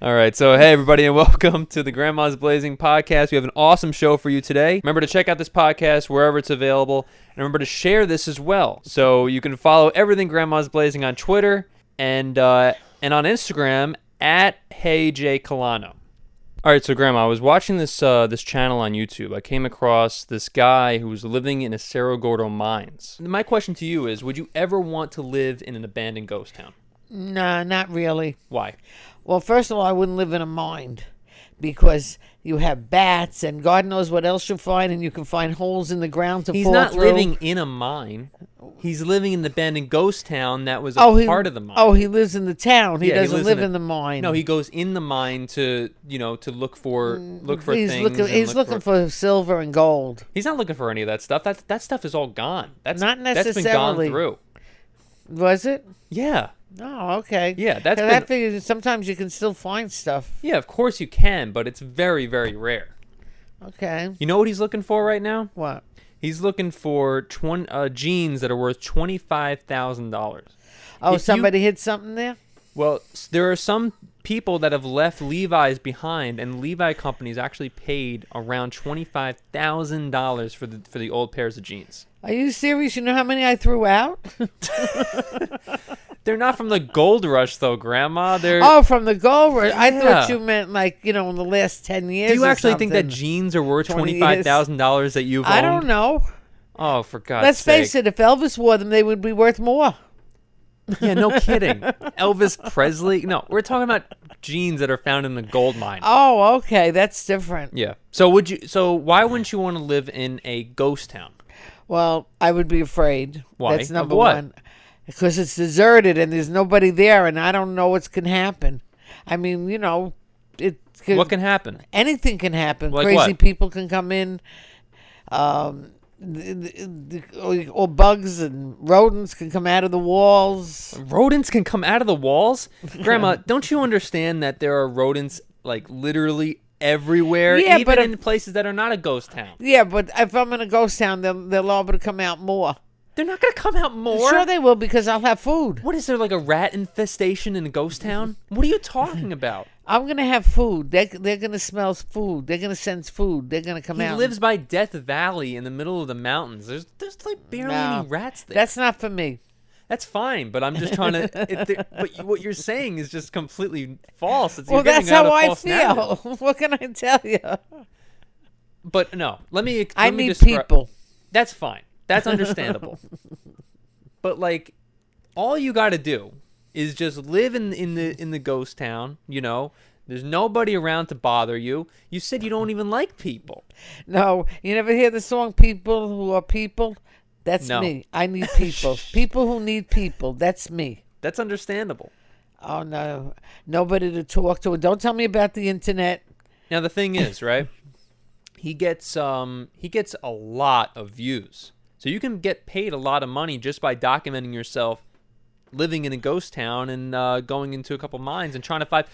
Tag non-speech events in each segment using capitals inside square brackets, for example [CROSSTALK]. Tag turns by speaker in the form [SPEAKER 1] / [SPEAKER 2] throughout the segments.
[SPEAKER 1] All right. So, hey, everybody, and [LAUGHS] welcome to the Grandma's Blazing podcast. We have an awesome show for you today. Remember to check out this podcast wherever it's available. And remember to share this as well. So, you can follow everything Grandma's Blazing on Twitter and uh, and on Instagram at HeyJColano. All right, so Grandma, I was watching this uh, this channel on YouTube. I came across this guy who was living in a Cerro Gordo mines. My question to you is: Would you ever want to live in an abandoned ghost town?
[SPEAKER 2] No, not really.
[SPEAKER 1] Why?
[SPEAKER 2] Well, first of all, I wouldn't live in a mine because you have bats and God knows what else you'll find, and you can find holes in the ground to
[SPEAKER 1] He's
[SPEAKER 2] fall
[SPEAKER 1] not
[SPEAKER 2] through.
[SPEAKER 1] living in a mine. He's living in the abandoned ghost town that was a
[SPEAKER 2] oh, he,
[SPEAKER 1] part of the mine.
[SPEAKER 2] Oh, he lives in the town. He
[SPEAKER 1] Yeah, he
[SPEAKER 2] doesn't
[SPEAKER 1] lives in
[SPEAKER 2] live
[SPEAKER 1] a-
[SPEAKER 2] in, the mine.
[SPEAKER 1] no, he goes in the mine to you know to look for look for
[SPEAKER 2] Mm, he's
[SPEAKER 1] things.
[SPEAKER 2] looking.
[SPEAKER 1] and
[SPEAKER 2] He's
[SPEAKER 1] look
[SPEAKER 2] looking for... silver and gold.
[SPEAKER 1] He's not looking for any of that stuff. That that stuff is all gone. That's
[SPEAKER 2] Not
[SPEAKER 1] That's been gone
[SPEAKER 2] necessarily.
[SPEAKER 1] through.
[SPEAKER 2] Was it?
[SPEAKER 1] Yeah,
[SPEAKER 2] Oh, okay.
[SPEAKER 1] Yeah, that's
[SPEAKER 2] Now,
[SPEAKER 1] been-
[SPEAKER 2] that figures. Sometimes you can still find stuff.
[SPEAKER 1] yeah. Of course you can, but it's very very rare.
[SPEAKER 2] Okay.
[SPEAKER 1] You know what he's looking for right now?
[SPEAKER 2] What?
[SPEAKER 1] He's looking for 20, uh, jeans that are worth twenty five thousand dollars.
[SPEAKER 2] Oh,
[SPEAKER 1] If you-
[SPEAKER 2] somebody hit something there.
[SPEAKER 1] Well, s- there are some people that have left Levi's behind, and Levi companies actually paid around twenty five thousand dollars for the for the old pairs of jeans.
[SPEAKER 2] Are you serious? You know how many I threw out?
[SPEAKER 1] They're not from the gold rush, though, Grandma. They're.
[SPEAKER 2] Oh, from the gold rush. I
[SPEAKER 1] Yeah.
[SPEAKER 2] thought you meant like you know in the last ten years.
[SPEAKER 1] do you
[SPEAKER 2] or
[SPEAKER 1] actually think that
[SPEAKER 2] something.
[SPEAKER 1] jeans are worth
[SPEAKER 2] 20
[SPEAKER 1] twenty
[SPEAKER 2] years.
[SPEAKER 1] five thousand dollars that you've?
[SPEAKER 2] I
[SPEAKER 1] owned?
[SPEAKER 2] don't know.
[SPEAKER 1] Oh, for God's
[SPEAKER 2] Let's
[SPEAKER 1] sake!
[SPEAKER 2] face it. If Elvis wore them, they would be worth more.
[SPEAKER 1] Yeah, [LAUGHS] no kidding. Elvis Presley. No, we're talking about jeans that are found in the gold mine.
[SPEAKER 2] Oh, okay, that's different.
[SPEAKER 1] Yeah. So would you? So why wouldn't you want to live in a ghost town?
[SPEAKER 2] Well, I would be afraid.
[SPEAKER 1] Why?
[SPEAKER 2] That's
[SPEAKER 1] Of
[SPEAKER 2] number
[SPEAKER 1] what?
[SPEAKER 2] one. Because it's deserted and there's nobody there, and I don't know what's can happen. I mean, you know, it. Could,
[SPEAKER 1] What can happen?
[SPEAKER 2] anything can happen.
[SPEAKER 1] Like
[SPEAKER 2] Crazy
[SPEAKER 1] what?
[SPEAKER 2] people can come in, um, th- th- th- or- or bugs and rodents can come out of the walls.
[SPEAKER 1] rodents can come out of the walls grandma [LAUGHS] don't you understand that there are rodents like literally everywhere
[SPEAKER 2] Yeah,
[SPEAKER 1] even
[SPEAKER 2] but if-
[SPEAKER 1] in places that are not a ghost town
[SPEAKER 2] Yeah, but if I'm in a ghost town, they'll they'll all but come out more.
[SPEAKER 1] they're not gonna come out more
[SPEAKER 2] sure, they will because I'll have food.
[SPEAKER 1] what is there like a rat infestation in a ghost town what are you talking
[SPEAKER 2] [LAUGHS]
[SPEAKER 1] about
[SPEAKER 2] I'm gonna have food. They they're gonna smell food. They're gonna sense food. They're gonna come
[SPEAKER 1] he
[SPEAKER 2] out.
[SPEAKER 1] lives by death valley in the middle of the mountains there's there's like barely any
[SPEAKER 2] No.
[SPEAKER 1] rats there
[SPEAKER 2] That's not for me.
[SPEAKER 1] that's fine but i'm just
[SPEAKER 2] [LAUGHS]
[SPEAKER 1] trying to it, there- but you, what you're saying is just completely false it's, you're
[SPEAKER 2] Well,
[SPEAKER 1] giving
[SPEAKER 2] that's
[SPEAKER 1] out
[SPEAKER 2] how
[SPEAKER 1] a
[SPEAKER 2] I
[SPEAKER 1] false narrative.
[SPEAKER 2] feel. [LAUGHS] what can I tell you?
[SPEAKER 1] but no let me
[SPEAKER 2] I
[SPEAKER 1] let me
[SPEAKER 2] need
[SPEAKER 1] descri-
[SPEAKER 2] people.
[SPEAKER 1] That's fine. That's understandable. but like all you got to do is just live in in the in the ghost town, you know? There's nobody around to bother you. You said you don't even like people.
[SPEAKER 2] No, you never hear the song "People Who Are People." That's
[SPEAKER 1] No.
[SPEAKER 2] me.
[SPEAKER 1] [LAUGHS]
[SPEAKER 2] I need people. people who need people. That's me.
[SPEAKER 1] That's understandable.
[SPEAKER 2] Oh no, nobody to talk to. Don't tell me about the internet.
[SPEAKER 1] Now the thing is, right? He gets um he gets a lot of views. So you can get paid a lot of money just by documenting yourself living in a ghost town and uh, going into a couple mines and trying to find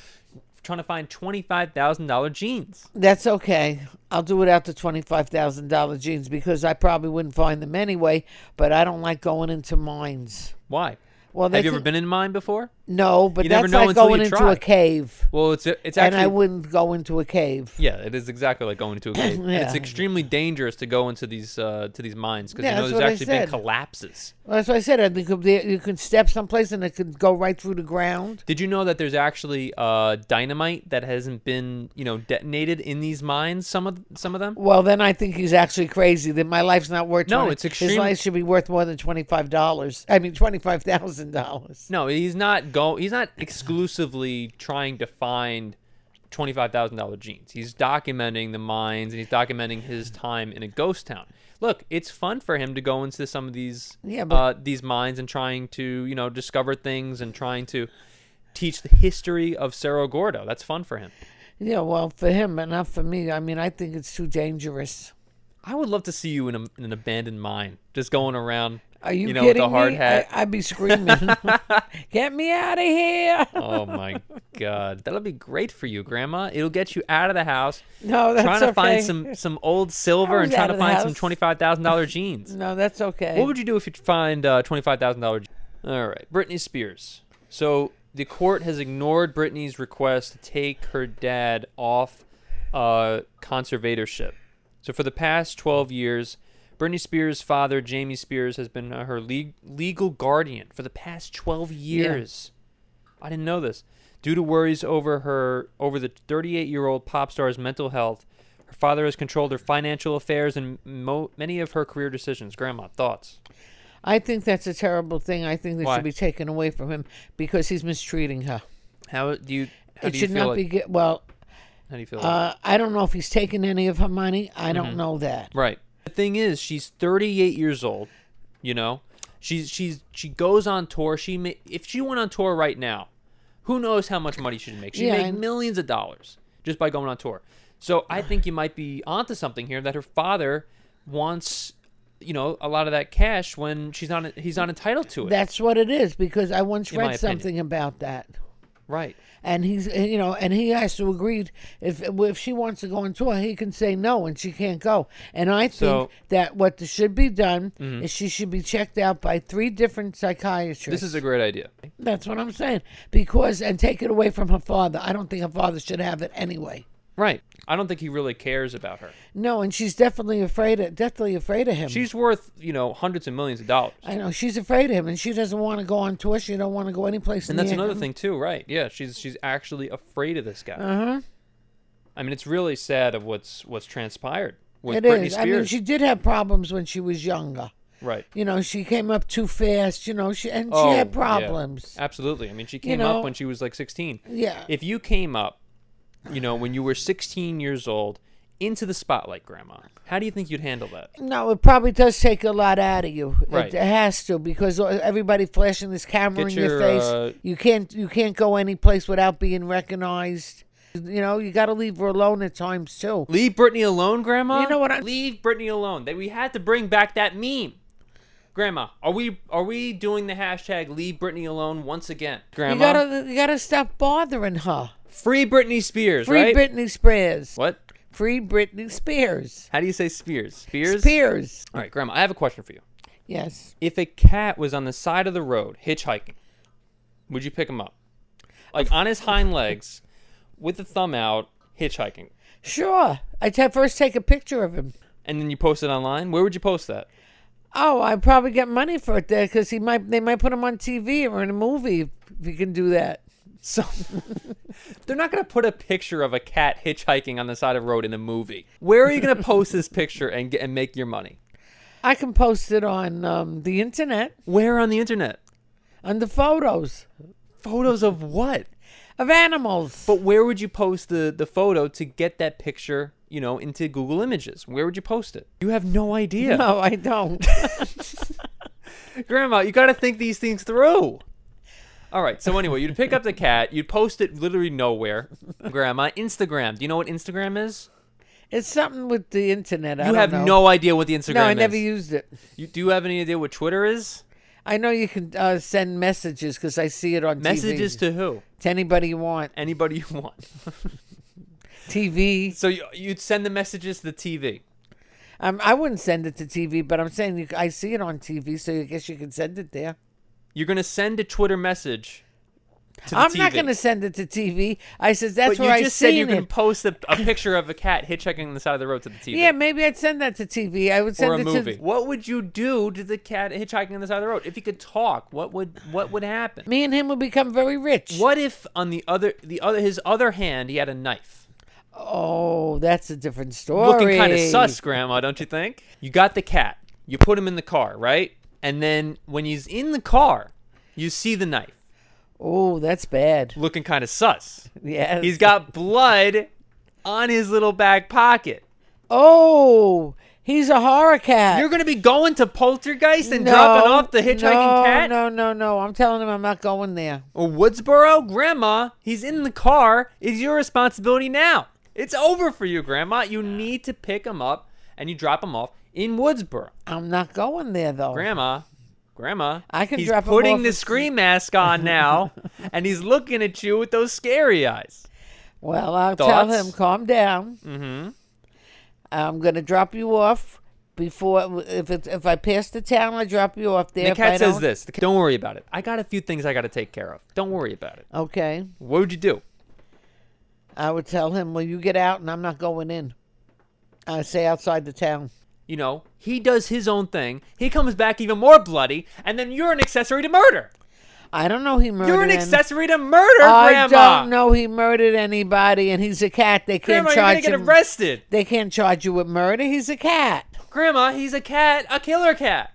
[SPEAKER 1] trying to find twenty five thousand dollar jeans.
[SPEAKER 2] That's okay. I'll do it out to twenty five thousand dollar jeans because I probably wouldn't find them anyway. But I don't like going into mines.
[SPEAKER 1] Why?
[SPEAKER 2] Well, they
[SPEAKER 1] have you ever
[SPEAKER 2] can-
[SPEAKER 1] been in mine before?
[SPEAKER 2] No, but
[SPEAKER 1] You never
[SPEAKER 2] that's
[SPEAKER 1] know
[SPEAKER 2] like
[SPEAKER 1] until you
[SPEAKER 2] going into
[SPEAKER 1] try.
[SPEAKER 2] a cave,
[SPEAKER 1] Well, it's it's
[SPEAKER 2] and
[SPEAKER 1] actually
[SPEAKER 2] I wouldn't go into a cave.
[SPEAKER 1] yeah, it is exactly like going
[SPEAKER 2] [COUGHS]
[SPEAKER 1] into a cave. And It's
[SPEAKER 2] Yeah.
[SPEAKER 1] extremely dangerous to go into these uh, to these mines because
[SPEAKER 2] Yeah,
[SPEAKER 1] you know
[SPEAKER 2] that's
[SPEAKER 1] there's
[SPEAKER 2] what I
[SPEAKER 1] actually been
[SPEAKER 2] said.
[SPEAKER 1] collapses.
[SPEAKER 2] Well, that's what I said. I think if there- you could step someplace and it could go right through the ground.
[SPEAKER 1] Did you know that there's actually uh, dynamite that hasn't been you know detonated in these mines? Some of some of them.
[SPEAKER 2] Well, then I think he's actually crazy. That my life's not worth.
[SPEAKER 1] No,
[SPEAKER 2] 20
[SPEAKER 1] it's extreme-
[SPEAKER 2] His life should be worth more than twenty five dollars. I mean, twenty five thousand dollars.
[SPEAKER 1] No, he's not go. He's not exclusively trying to find twenty five thousand dollar jeans. He's documenting the mines and he's documenting his time in a ghost town. Look, it's fun for him to go into some of these
[SPEAKER 2] Yeah,
[SPEAKER 1] uh,
[SPEAKER 2] but-
[SPEAKER 1] these mines and trying to you know discover things and trying to teach the history of Cerro Gordo. That's fun for him.
[SPEAKER 2] Yeah, well, for him, but not for me. I mean, I think it's too dangerous.
[SPEAKER 1] I would love to see you in, a, in an abandoned mine, just going around.
[SPEAKER 2] Are you,
[SPEAKER 1] know,
[SPEAKER 2] kidding
[SPEAKER 1] with a hard
[SPEAKER 2] me?
[SPEAKER 1] hat.
[SPEAKER 2] I, I'd be screaming,
[SPEAKER 1] [LAUGHS]
[SPEAKER 2] "Get me out of here!" [LAUGHS]
[SPEAKER 1] oh my god, that'll be great for you, Grandma. It'll get you out of the house.
[SPEAKER 2] No, that's
[SPEAKER 1] trying to
[SPEAKER 2] okay.
[SPEAKER 1] find some some old silver
[SPEAKER 2] I
[SPEAKER 1] and
[SPEAKER 2] was
[SPEAKER 1] trying
[SPEAKER 2] out
[SPEAKER 1] to
[SPEAKER 2] of the
[SPEAKER 1] find some
[SPEAKER 2] house.
[SPEAKER 1] twenty five thousand dollar jeans.
[SPEAKER 2] [LAUGHS] No, that's okay.
[SPEAKER 1] What would you do if you find uh, twenty five thousand dollar? All right, Britney Spears. So the court has ignored Britney's request to take her dad off uh, conservatorship. So for the past 12 years, Britney Spears' father, Jamie Spears, has been uh, her le- legal guardian for the past 12 years. I didn't know this. Due to worries over her over the 38-year-old pop star's mental health, her father has controlled her financial affairs and mo- many of her career decisions. Grandma, thoughts?
[SPEAKER 2] I think that's a terrible thing. I think that
[SPEAKER 1] Why?
[SPEAKER 2] should be taken away from him because he's mistreating her.
[SPEAKER 1] How do you? How
[SPEAKER 2] it
[SPEAKER 1] do you
[SPEAKER 2] should
[SPEAKER 1] feel
[SPEAKER 2] not
[SPEAKER 1] like,
[SPEAKER 2] be. Get, well,
[SPEAKER 1] How do you feel?
[SPEAKER 2] uh, I don't know if he's taken any of her money. I don't know that.
[SPEAKER 1] Mm-hmm. Right. The thing is, she's 38 years old. You know, she's she's she goes on tour. She ma- if she went on tour right now, who knows how much money she'd make? She'd
[SPEAKER 2] Yeah,
[SPEAKER 1] make
[SPEAKER 2] and-
[SPEAKER 1] millions of dollars just by going on tour. So I think you might be onto something here that her father wants, you know, a lot of that cash when she's not he's not entitled to it.
[SPEAKER 2] That's what it is because I once
[SPEAKER 1] my
[SPEAKER 2] read
[SPEAKER 1] opinion.
[SPEAKER 2] something about that.
[SPEAKER 1] right.
[SPEAKER 2] And he's, eh, you know, and he has to agree. If if she wants to go on tour, he can say no, and she can't go. And I think
[SPEAKER 1] So- Mm-hmm.
[SPEAKER 2] that what should be done is she should be checked out by three different psychiatrists.
[SPEAKER 1] This is a great idea.
[SPEAKER 2] That's what I'm saying. Because and take it away from her father. I don't think her father should have it anyway.
[SPEAKER 1] Right. I don't think he really cares about her.
[SPEAKER 2] No, and she's definitely afraid of deathly afraid of him.
[SPEAKER 1] She's worth, you know, hundreds of millions of dollars.
[SPEAKER 2] I know she's afraid of him, and she doesn't want to go on tour. She don't want to go anyplace.
[SPEAKER 1] And that's another thing too, right? Yeah, she's she's actually afraid of this guy.
[SPEAKER 2] Uh-huh.
[SPEAKER 1] I mean, it's really sad of what's what's transpired with
[SPEAKER 2] It
[SPEAKER 1] Britney
[SPEAKER 2] is. I
[SPEAKER 1] Spears.
[SPEAKER 2] mean, she did have problems when she was younger.
[SPEAKER 1] right.
[SPEAKER 2] You know, she came up too fast. You know, she and
[SPEAKER 1] Oh,
[SPEAKER 2] she had
[SPEAKER 1] yeah.
[SPEAKER 2] problems.
[SPEAKER 1] Absolutely. I mean, she came
[SPEAKER 2] know-
[SPEAKER 1] up when she was like 16.
[SPEAKER 2] Yeah.
[SPEAKER 1] If you came up, you know, when you were 16 years old into the spotlight, grandma, how do you think you'd handle that?
[SPEAKER 2] No, it probably does take a lot out of you. It-
[SPEAKER 1] Right.
[SPEAKER 2] It, has to because everybody flashing this camera
[SPEAKER 1] Get
[SPEAKER 2] in your,
[SPEAKER 1] your,
[SPEAKER 2] face.
[SPEAKER 1] uh,
[SPEAKER 2] you can't you can't go any place without being recognized. You know, you got to leave her alone at times too.
[SPEAKER 1] Leave Britney alone, grandma?
[SPEAKER 2] You know what I-
[SPEAKER 1] Leave Britney alone. That we had to bring back that meme. Grandma, are we are we doing the hashtag leave Britney alone once again? Grandma,
[SPEAKER 2] You gotta you gotta stop bothering her.
[SPEAKER 1] free Britney Spears,
[SPEAKER 2] Free
[SPEAKER 1] right?
[SPEAKER 2] Britney Spears.
[SPEAKER 1] what?
[SPEAKER 2] Free Britney Spears.
[SPEAKER 1] How do you say Spears? Spears?
[SPEAKER 2] Spears.
[SPEAKER 1] All right, grandma, I have a question for you.
[SPEAKER 2] Yes.
[SPEAKER 1] if a cat was on the side of the road hitchhiking, would you pick him up? Like on his hind legs, with the thumb out, hitchhiking.
[SPEAKER 2] Sure. I ta- first take a picture of him.
[SPEAKER 1] And then you post it online? Where would you post that?
[SPEAKER 2] Oh, I probably get money for it there because he might they might put him on TV or in a movie if you can do that.
[SPEAKER 1] So [LAUGHS] they're not gonna put a picture of a cat hitchhiking on the side of the road in a movie. Where are you gonna post this picture and get, and make your money?
[SPEAKER 2] I can post it on um, the internet
[SPEAKER 1] Where on the internet?
[SPEAKER 2] under photos
[SPEAKER 1] Photos of what?
[SPEAKER 2] of animals.
[SPEAKER 1] But where would you post the, the photo to get that picture, you know, into Google Images? Where would you post it? You have no idea.
[SPEAKER 2] no, I
[SPEAKER 1] [LAUGHS]
[SPEAKER 2] don't.
[SPEAKER 1] Grandma, you got to think these things through. All right. So anyway, you'd pick up
[SPEAKER 2] [LAUGHS]
[SPEAKER 1] the cat. You'd post it literally nowhere. Grandma, Instagram. Do you know what Instagram is?
[SPEAKER 2] it's something with the internet. I
[SPEAKER 1] You
[SPEAKER 2] don't
[SPEAKER 1] have
[SPEAKER 2] know.
[SPEAKER 1] no idea what the Instagram
[SPEAKER 2] No, I
[SPEAKER 1] is.
[SPEAKER 2] never used it.
[SPEAKER 1] You, do you have any idea what Twitter is?
[SPEAKER 2] I know you can uh, send messages because I see it on
[SPEAKER 1] Messages
[SPEAKER 2] TV.
[SPEAKER 1] to who?
[SPEAKER 2] to anybody you want.
[SPEAKER 1] Anybody you want.
[SPEAKER 2] TV.
[SPEAKER 1] So you, you'd send the messages to the TV.
[SPEAKER 2] Um, I wouldn't send it to TV, but I'm saying you, c- I see it on TV, so I guess you can send it there.
[SPEAKER 1] You're gonna send a Twitter message. To the
[SPEAKER 2] I'm
[SPEAKER 1] TV.
[SPEAKER 2] not going to send it to TV. I
[SPEAKER 1] But
[SPEAKER 2] says that's
[SPEAKER 1] you
[SPEAKER 2] where I
[SPEAKER 1] just said
[SPEAKER 2] seen
[SPEAKER 1] you can
[SPEAKER 2] it.
[SPEAKER 1] post a, a picture of a cat hitchhiking on the side of the road to the TV.
[SPEAKER 2] Yeah, maybe I'd send that to TV. I would send
[SPEAKER 1] or a
[SPEAKER 2] it
[SPEAKER 1] movie.
[SPEAKER 2] to
[SPEAKER 1] What would you do to the cat hitchhiking on the side of the road? If he could talk, what would what would happen?
[SPEAKER 2] me and him would become very rich.
[SPEAKER 1] What if on the other the other his other hand he had a knife?
[SPEAKER 2] Oh, that's a different story.
[SPEAKER 1] Looking kind of sus, Grandma, don't you think? You got the cat. You put him in the car, right? And then when he's in the car, you see the knife.
[SPEAKER 2] Oh, that's bad.
[SPEAKER 1] Looking kind of sus.
[SPEAKER 2] Yeah.
[SPEAKER 1] He's got blood on his little back pocket.
[SPEAKER 2] Oh, he's a horror cat.
[SPEAKER 1] You're gonna be going to Poltergeist and dropping off the hitchhiking
[SPEAKER 2] no,
[SPEAKER 1] cat?
[SPEAKER 2] No, no, no. I'm telling him I'm not going there.
[SPEAKER 1] or Woodsboro, Grandma, he's in the car. It's your responsibility now. It's over for you, Grandma. You need to pick him up and you drop him off in Woodsboro.
[SPEAKER 2] I'm not going there though.
[SPEAKER 1] Grandma, Grandma,
[SPEAKER 2] I can
[SPEAKER 1] he's
[SPEAKER 2] drop him
[SPEAKER 1] putting
[SPEAKER 2] off
[SPEAKER 1] the
[SPEAKER 2] at-
[SPEAKER 1] scream mask on
[SPEAKER 2] [LAUGHS]
[SPEAKER 1] now, and he's looking at you with those scary eyes.
[SPEAKER 2] well, I'll tell
[SPEAKER 1] Thoughts?
[SPEAKER 2] him calm down. Mm-hmm. I'm gonna drop you off. before if it, if I pass the town, I drop you off there.
[SPEAKER 1] The
[SPEAKER 2] If I
[SPEAKER 1] cat says
[SPEAKER 2] don't-
[SPEAKER 1] this. The cat, don't worry about it. I got a few things I got to take care of. Don't worry about it.
[SPEAKER 2] Okay,
[SPEAKER 1] What would you do?
[SPEAKER 2] I would tell him, "Well, you get out, and I'm not going in." I say outside the town.
[SPEAKER 1] You know, he does his own thing. He comes back even more bloody, and then you're an accessory to murder.
[SPEAKER 2] I don't know he murdered.
[SPEAKER 1] You're an
[SPEAKER 2] any-
[SPEAKER 1] accessory to murder,
[SPEAKER 2] I
[SPEAKER 1] Grandma.
[SPEAKER 2] don't know he murdered anybody, and he's a cat. They can't
[SPEAKER 1] Grandma, you're
[SPEAKER 2] charge
[SPEAKER 1] gonna get
[SPEAKER 2] him.
[SPEAKER 1] arrested.
[SPEAKER 2] They can't charge you with murder. He's a cat.
[SPEAKER 1] Grandma, he's a cat, a killer cat.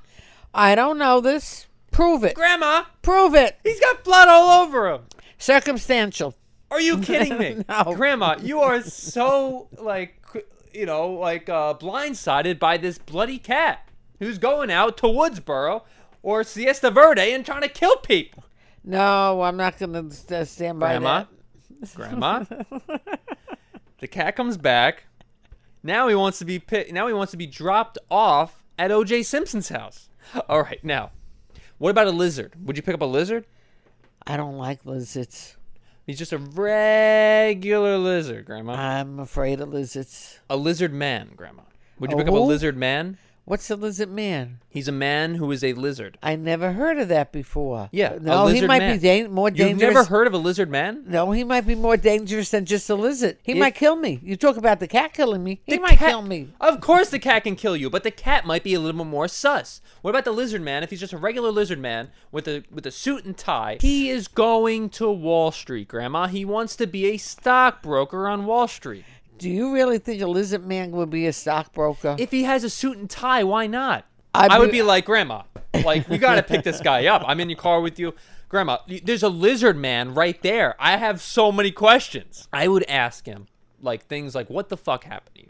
[SPEAKER 2] I don't know this. Prove it.
[SPEAKER 1] Grandma,
[SPEAKER 2] Prove it.
[SPEAKER 1] he's got blood all over him.
[SPEAKER 2] Circumstantial.
[SPEAKER 1] Are you kidding me?
[SPEAKER 2] No.
[SPEAKER 1] Grandma, you are so like you know, like uh blindsided by this bloody cat who's going out to Woodsboro or Siesta Verde and trying to kill people.
[SPEAKER 2] No, I'm not going to stand by
[SPEAKER 1] Grandma.
[SPEAKER 2] that.
[SPEAKER 1] Grandma. [LAUGHS] the cat comes back. Now he wants to be pit- now he wants to be dropped off at OJ Simpson's house. All right, now. What about a lizard? Would you pick up a lizard?
[SPEAKER 2] I don't like lizards.
[SPEAKER 1] He's just a regular lizard, Grandma.
[SPEAKER 2] I'm afraid of lizards.
[SPEAKER 1] A lizard man, Grandma. Would you
[SPEAKER 2] A
[SPEAKER 1] pick up a
[SPEAKER 2] who?
[SPEAKER 1] lizard man?
[SPEAKER 2] What's a lizard man?
[SPEAKER 1] He's a man who is a lizard.
[SPEAKER 2] I never heard of that before.
[SPEAKER 1] Yeah, a
[SPEAKER 2] No, he
[SPEAKER 1] lizard
[SPEAKER 2] might
[SPEAKER 1] man.
[SPEAKER 2] be dan- more
[SPEAKER 1] You've
[SPEAKER 2] dangerous.
[SPEAKER 1] never heard of a lizard man?
[SPEAKER 2] no, he might be more dangerous than just a lizard. He
[SPEAKER 1] If-
[SPEAKER 2] might kill me. You talk about the cat killing me. He
[SPEAKER 1] The
[SPEAKER 2] might
[SPEAKER 1] cat-
[SPEAKER 2] kill me.
[SPEAKER 1] Of course the cat can kill you, but the cat might be a little more sus. What about the lizard man? If he's just a regular lizard man with a with a suit and tie, he is going to Wall Street, Grandma. He wants to be a stockbroker on Wall Street.
[SPEAKER 2] Do you really think a lizard man would be a stockbroker?
[SPEAKER 1] If he has a suit and tie, why not?
[SPEAKER 2] I'd
[SPEAKER 1] I would
[SPEAKER 2] be-
[SPEAKER 1] be like, Grandma, like, you got to pick this guy up. I'm in your car with you. Grandma, y- there's a lizard man right there. I have so many questions. I would ask him, like, things like, what the fuck happened to you?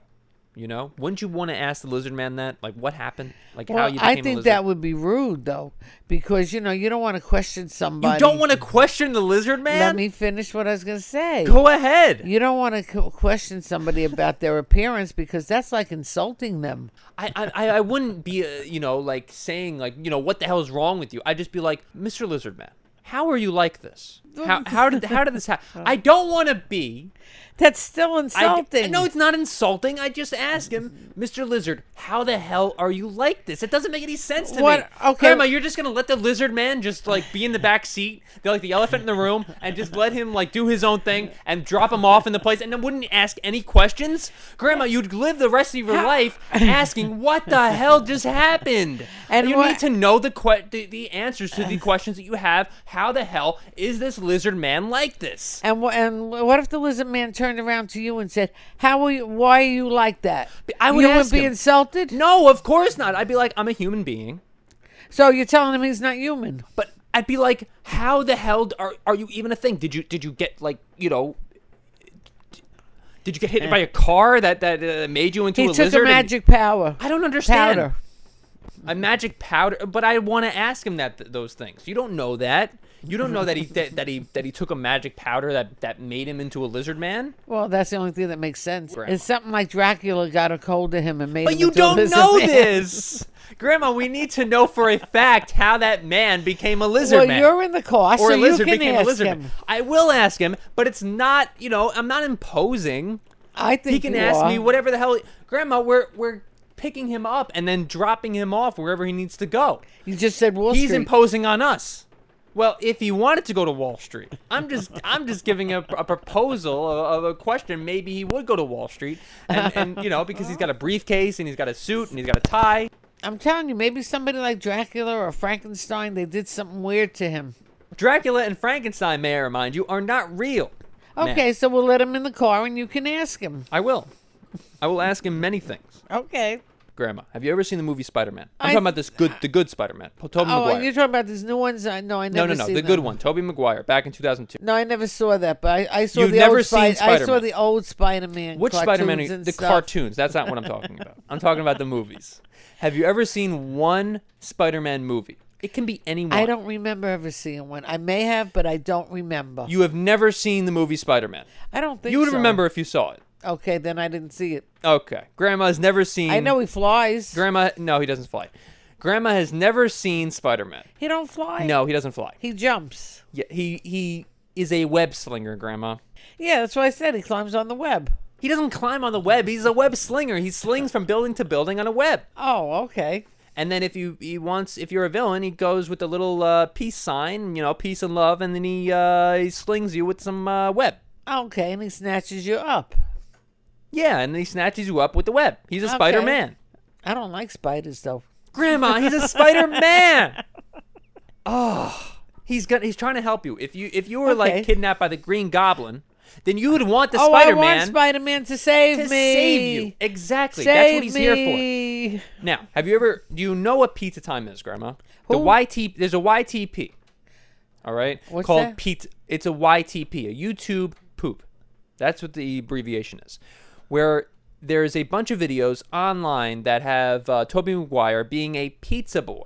[SPEAKER 1] You know? Wouldn't you want to ask the lizard man that? Like, what happened? Like, how
[SPEAKER 2] Well,
[SPEAKER 1] you became
[SPEAKER 2] I
[SPEAKER 1] a
[SPEAKER 2] think
[SPEAKER 1] lizard?
[SPEAKER 2] that would be rude, though, because you know you don't want to question somebody.
[SPEAKER 1] you don't want to question the lizard man?
[SPEAKER 2] Let me finish what I was going to say.
[SPEAKER 1] Go ahead.
[SPEAKER 2] You don't want to co- question somebody about their appearance because that's like insulting them.
[SPEAKER 1] I, I, I- I wouldn't be, uh, you know, like saying, like, you know, what the hell is wrong with you? I'd just be like, Mr. Lizard Man, how are you like this? How, how did how did this happen? I don't want to be.
[SPEAKER 2] That's still
[SPEAKER 1] I,
[SPEAKER 2] insulting.
[SPEAKER 1] I know it's not insulting. I just ask him, Mr. Lizard, how the hell are you like this? It doesn't make any sense to
[SPEAKER 2] What-
[SPEAKER 1] me.
[SPEAKER 2] okay.
[SPEAKER 1] Grandma, you're just gonna let the lizard man just like be in the back seat, they're like the elephant in the room, and just let him like do his own thing and drop him off in the place, and then wouldn't ask any questions. Grandma, you'd live the rest of your
[SPEAKER 2] [LAUGHS]
[SPEAKER 1] life asking what the hell just happened,
[SPEAKER 2] And
[SPEAKER 1] you
[SPEAKER 2] what-
[SPEAKER 1] need to know the, que- the the answers to the questions that you have. How the hell is this lizard man like this?
[SPEAKER 2] And wh- and what if the lizard man turned around to you and said, "How are you? Why are you like that?"
[SPEAKER 1] I would
[SPEAKER 2] you wouldn't
[SPEAKER 1] ask
[SPEAKER 2] be
[SPEAKER 1] him.
[SPEAKER 2] insulted.
[SPEAKER 1] No, of course not. I'd be like, I'm a human being.
[SPEAKER 2] So you're telling him he's not human.
[SPEAKER 1] But I'd be like, how the hell d- are are you even a thing? Did you did you get like you know? Did you get hit by a car that that uh, made you into
[SPEAKER 2] He
[SPEAKER 1] a
[SPEAKER 2] took a
[SPEAKER 1] lizard? and-
[SPEAKER 2] magic power
[SPEAKER 1] I don't understand
[SPEAKER 2] powder.
[SPEAKER 1] a magic powder. But I want to ask him that th- those things. You don't know that. You don't know that he that, that he that he took a magic powder that that made him into a lizard man.
[SPEAKER 2] Well, that's the only thing that makes sense.
[SPEAKER 1] Grandma.
[SPEAKER 2] It's something like Dracula got a cold to him and made.
[SPEAKER 1] But
[SPEAKER 2] him
[SPEAKER 1] you
[SPEAKER 2] into a
[SPEAKER 1] don't
[SPEAKER 2] lizard
[SPEAKER 1] know
[SPEAKER 2] man.
[SPEAKER 1] this, Grandma. We need to know for a fact how that man became a lizard
[SPEAKER 2] Well,
[SPEAKER 1] man.
[SPEAKER 2] you're in the car,
[SPEAKER 1] or
[SPEAKER 2] so
[SPEAKER 1] a lizard
[SPEAKER 2] you can
[SPEAKER 1] became a
[SPEAKER 2] ask
[SPEAKER 1] lizard.
[SPEAKER 2] him.
[SPEAKER 1] I will ask him, but it's not, you know, I'm not imposing.
[SPEAKER 2] I think
[SPEAKER 1] He can
[SPEAKER 2] you
[SPEAKER 1] ask
[SPEAKER 2] are.
[SPEAKER 1] me whatever the hell. Grandma, we're we're picking him up and then dropping him off wherever he needs to go.
[SPEAKER 2] You just said Wall
[SPEAKER 1] He's
[SPEAKER 2] Street.
[SPEAKER 1] imposing on us. Well, if he wanted to go to Wall Street, I'm just I'm just giving a, a proposal of, of a question. Maybe he would go to Wall Street, and, and you know because he's got a briefcase and he's got a suit and he's got a tie.
[SPEAKER 2] I'm telling you, maybe somebody like Dracula or Frankenstein, they did something weird to him.
[SPEAKER 1] Dracula and Frankenstein, may I remind you, are not real. Man.
[SPEAKER 2] Okay, so we'll let him in the car and you can ask him.
[SPEAKER 1] I will. I will ask him many things.
[SPEAKER 2] Okay.
[SPEAKER 1] Grandma, have you ever seen the movie Spider Man? I'm
[SPEAKER 2] I-
[SPEAKER 1] talking about this good, the good Spider Man. Tobey
[SPEAKER 2] Oh,
[SPEAKER 1] Maguire.
[SPEAKER 2] you're talking about these new ones? I no, I
[SPEAKER 1] no,
[SPEAKER 2] never
[SPEAKER 1] no, no,
[SPEAKER 2] seen
[SPEAKER 1] the good
[SPEAKER 2] them.
[SPEAKER 1] one, Tobey Maguire, back in 2002.
[SPEAKER 2] No, I never saw that, but I, I saw
[SPEAKER 1] You've
[SPEAKER 2] the
[SPEAKER 1] never
[SPEAKER 2] old Spi-
[SPEAKER 1] seen
[SPEAKER 2] I saw
[SPEAKER 1] Spider-Man.
[SPEAKER 2] the old Spider-Man.
[SPEAKER 1] Which Spider Man?
[SPEAKER 2] cartoons and
[SPEAKER 1] The
[SPEAKER 2] stuff.
[SPEAKER 1] cartoons. That's not what I'm talking about. I'm talking about the movies. Have you ever seen one Spider Man movie? It can be any one.
[SPEAKER 2] I don't remember ever seeing one. I may have, but I don't remember.
[SPEAKER 1] You have never seen the movie Spider Man.
[SPEAKER 2] I don't think
[SPEAKER 1] You would
[SPEAKER 2] so.
[SPEAKER 1] remember if you saw it.
[SPEAKER 2] Okay, then I didn't see it.
[SPEAKER 1] Okay. Grandma's never seen.
[SPEAKER 2] I know he flies.
[SPEAKER 1] Grandma, no, he doesn't fly. Grandma has never seen Spider Man.
[SPEAKER 2] he don't fly.
[SPEAKER 1] No, he doesn't fly.
[SPEAKER 2] he jumps.
[SPEAKER 1] Yeah, he he is a web slinger, Grandma.
[SPEAKER 2] Yeah, that's why I said he climbs on the web.
[SPEAKER 1] He doesn't climb on the web. He's a web slinger. He slings from building to building on a web.
[SPEAKER 2] Oh, okay.
[SPEAKER 1] And then if you he wants if you're a villain, he goes with the little uh, peace sign, you know, peace and love, and then he uh, he slings you with some uh, web.
[SPEAKER 2] Okay, and he snatches you up.
[SPEAKER 1] Yeah, and he snatches you up with the web. He's a
[SPEAKER 2] Okay.
[SPEAKER 1] Spider Man.
[SPEAKER 2] I don't like spiders though.
[SPEAKER 1] Grandma, he's a Spider
[SPEAKER 2] [LAUGHS]
[SPEAKER 1] Man. Oh, he's gonna he's trying to help you. If you if you were
[SPEAKER 2] Okay.
[SPEAKER 1] like kidnapped by the Green Goblin, then you would want the
[SPEAKER 2] oh,
[SPEAKER 1] Spider
[SPEAKER 2] I want
[SPEAKER 1] Man
[SPEAKER 2] Spider Man to save
[SPEAKER 1] to
[SPEAKER 2] me.
[SPEAKER 1] save you. Exactly. That's what
[SPEAKER 2] Save
[SPEAKER 1] he's here for.
[SPEAKER 2] me.
[SPEAKER 1] Now, have you ever do you know what pizza time is, Grandma? The
[SPEAKER 2] Who?
[SPEAKER 1] YT there's a YTP. All right?
[SPEAKER 2] What's
[SPEAKER 1] called
[SPEAKER 2] that?
[SPEAKER 1] pizza it's a YTP, a YouTube poop. That's what the abbreviation is. Where there's a bunch of videos online that have uh, Toby Maguire being a pizza boy.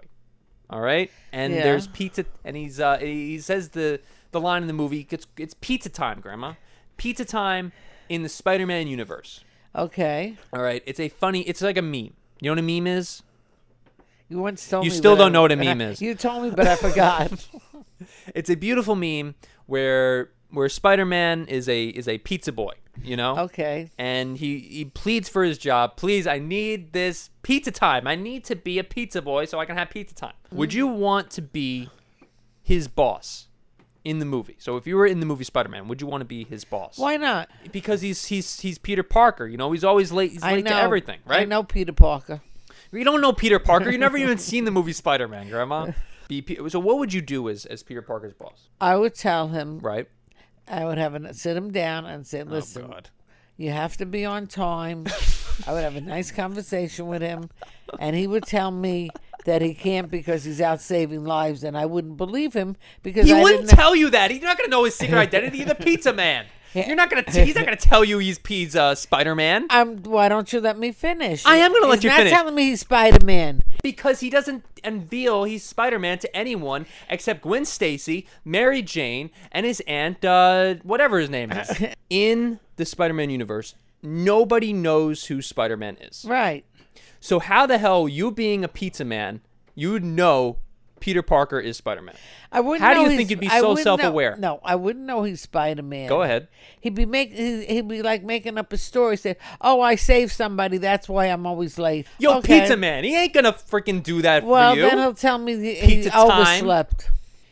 [SPEAKER 1] All right? And
[SPEAKER 2] Yeah.
[SPEAKER 1] there's pizza and he's uh, he says the the line in the movie it's it's pizza time, grandma. Pizza time in the Spider-Man universe.
[SPEAKER 2] Okay.
[SPEAKER 1] All right? It's a funny it's like a meme. You know what a meme is?
[SPEAKER 2] You once told
[SPEAKER 1] You
[SPEAKER 2] me.
[SPEAKER 1] still
[SPEAKER 2] but I-
[SPEAKER 1] don't know what a
[SPEAKER 2] [LAUGHS] and I-
[SPEAKER 1] meme is.
[SPEAKER 2] You told me, but I forgot. [LAUGHS]
[SPEAKER 1] it's a beautiful meme where where Spider-Man is a is a pizza boy, you know?
[SPEAKER 2] okay.
[SPEAKER 1] And he he pleads for his job. Please, I need this pizza time. I need to be a pizza boy so I can have pizza time. Would you want to be his boss in the movie? So if you were in the movie Spider-Man, would you want to be his boss?
[SPEAKER 2] Why not?
[SPEAKER 1] Because he's he's he's Peter Parker, you know? He's always late. He's
[SPEAKER 2] I
[SPEAKER 1] late
[SPEAKER 2] know
[SPEAKER 1] to everything, right?
[SPEAKER 2] I know Peter Parker.
[SPEAKER 1] You don't know Peter Parker. You've
[SPEAKER 2] [LAUGHS]
[SPEAKER 1] never even seen the movie Spider-Man, grandma. Be Pe- So what would you do as as Peter Parker's boss,
[SPEAKER 2] I would tell him.
[SPEAKER 1] right?
[SPEAKER 2] I would have a sit him down and say, "Listen,
[SPEAKER 1] Oh, God.
[SPEAKER 2] you have to be on time."
[SPEAKER 1] [LAUGHS]
[SPEAKER 2] I would have a nice conversation with him, and he would tell me that he can't because he's out saving lives, and I wouldn't believe him because
[SPEAKER 1] He
[SPEAKER 2] I
[SPEAKER 1] wouldn't
[SPEAKER 2] didn't.
[SPEAKER 1] tell you that. He's not gonna know his
[SPEAKER 2] [LAUGHS]
[SPEAKER 1] secret identity. He's a pizza man. You're not gonna. T- he's not gonna tell you he's pizza uh, Spider Man
[SPEAKER 2] I'm, why don't you let me finish?
[SPEAKER 1] I am gonna
[SPEAKER 2] He's
[SPEAKER 1] let you
[SPEAKER 2] not
[SPEAKER 1] finish.
[SPEAKER 2] telling me he's Spider Man.
[SPEAKER 1] because he doesn't unveil he's Spider Man to anyone except Gwen Stacy, Mary Jane, and his aunt, uh, whatever his name
[SPEAKER 2] [LAUGHS]
[SPEAKER 1] is. In the Spider Man universe, nobody knows who Spider Man is.
[SPEAKER 2] Right.
[SPEAKER 1] So how the hell you being a pizza man, you would know Peter Parker is Spider Man?
[SPEAKER 2] I wouldn't.
[SPEAKER 1] How do
[SPEAKER 2] know
[SPEAKER 1] you
[SPEAKER 2] he's-
[SPEAKER 1] think you'd be
[SPEAKER 2] I
[SPEAKER 1] so
[SPEAKER 2] wouldn't know-
[SPEAKER 1] self-aware?
[SPEAKER 2] no, I wouldn't know he's Spider Man.
[SPEAKER 1] Go ahead.
[SPEAKER 2] He'd be make. he- He'd be like making up a story. Say, "Oh, I saved somebody. That's why I'm always late."
[SPEAKER 1] Yo,
[SPEAKER 2] Okay.
[SPEAKER 1] pizza man, he ain't gonna freaking do that
[SPEAKER 2] Well,
[SPEAKER 1] for you.
[SPEAKER 2] then he'll tell me he, he
[SPEAKER 1] Pizza time.
[SPEAKER 2] overslept.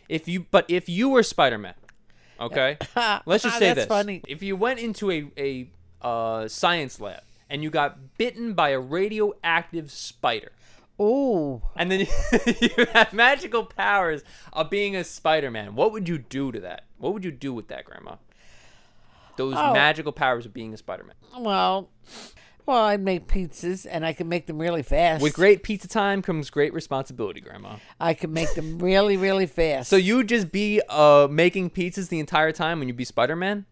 [SPEAKER 1] If you, but if you were Spider Man,
[SPEAKER 2] [LAUGHS]
[SPEAKER 1] okay, let's just say
[SPEAKER 2] That's
[SPEAKER 1] this:
[SPEAKER 2] funny.
[SPEAKER 1] if you went into a a uh, science lab and you got bitten by a radioactive spider,
[SPEAKER 2] Ooh,
[SPEAKER 1] and then [LAUGHS] you have magical powers of being a Spider Man, what would you do to that? What would you do with that, Grandma? Those
[SPEAKER 2] Oh.
[SPEAKER 1] magical powers of being a Spider Man.
[SPEAKER 2] well, well, I'd make pizzas and I could make them really fast.
[SPEAKER 1] With great pizza time comes great responsibility, Grandma.
[SPEAKER 2] I could make them really, really fast.
[SPEAKER 1] So you would just be uh making pizzas the entire time when you be Spider Man?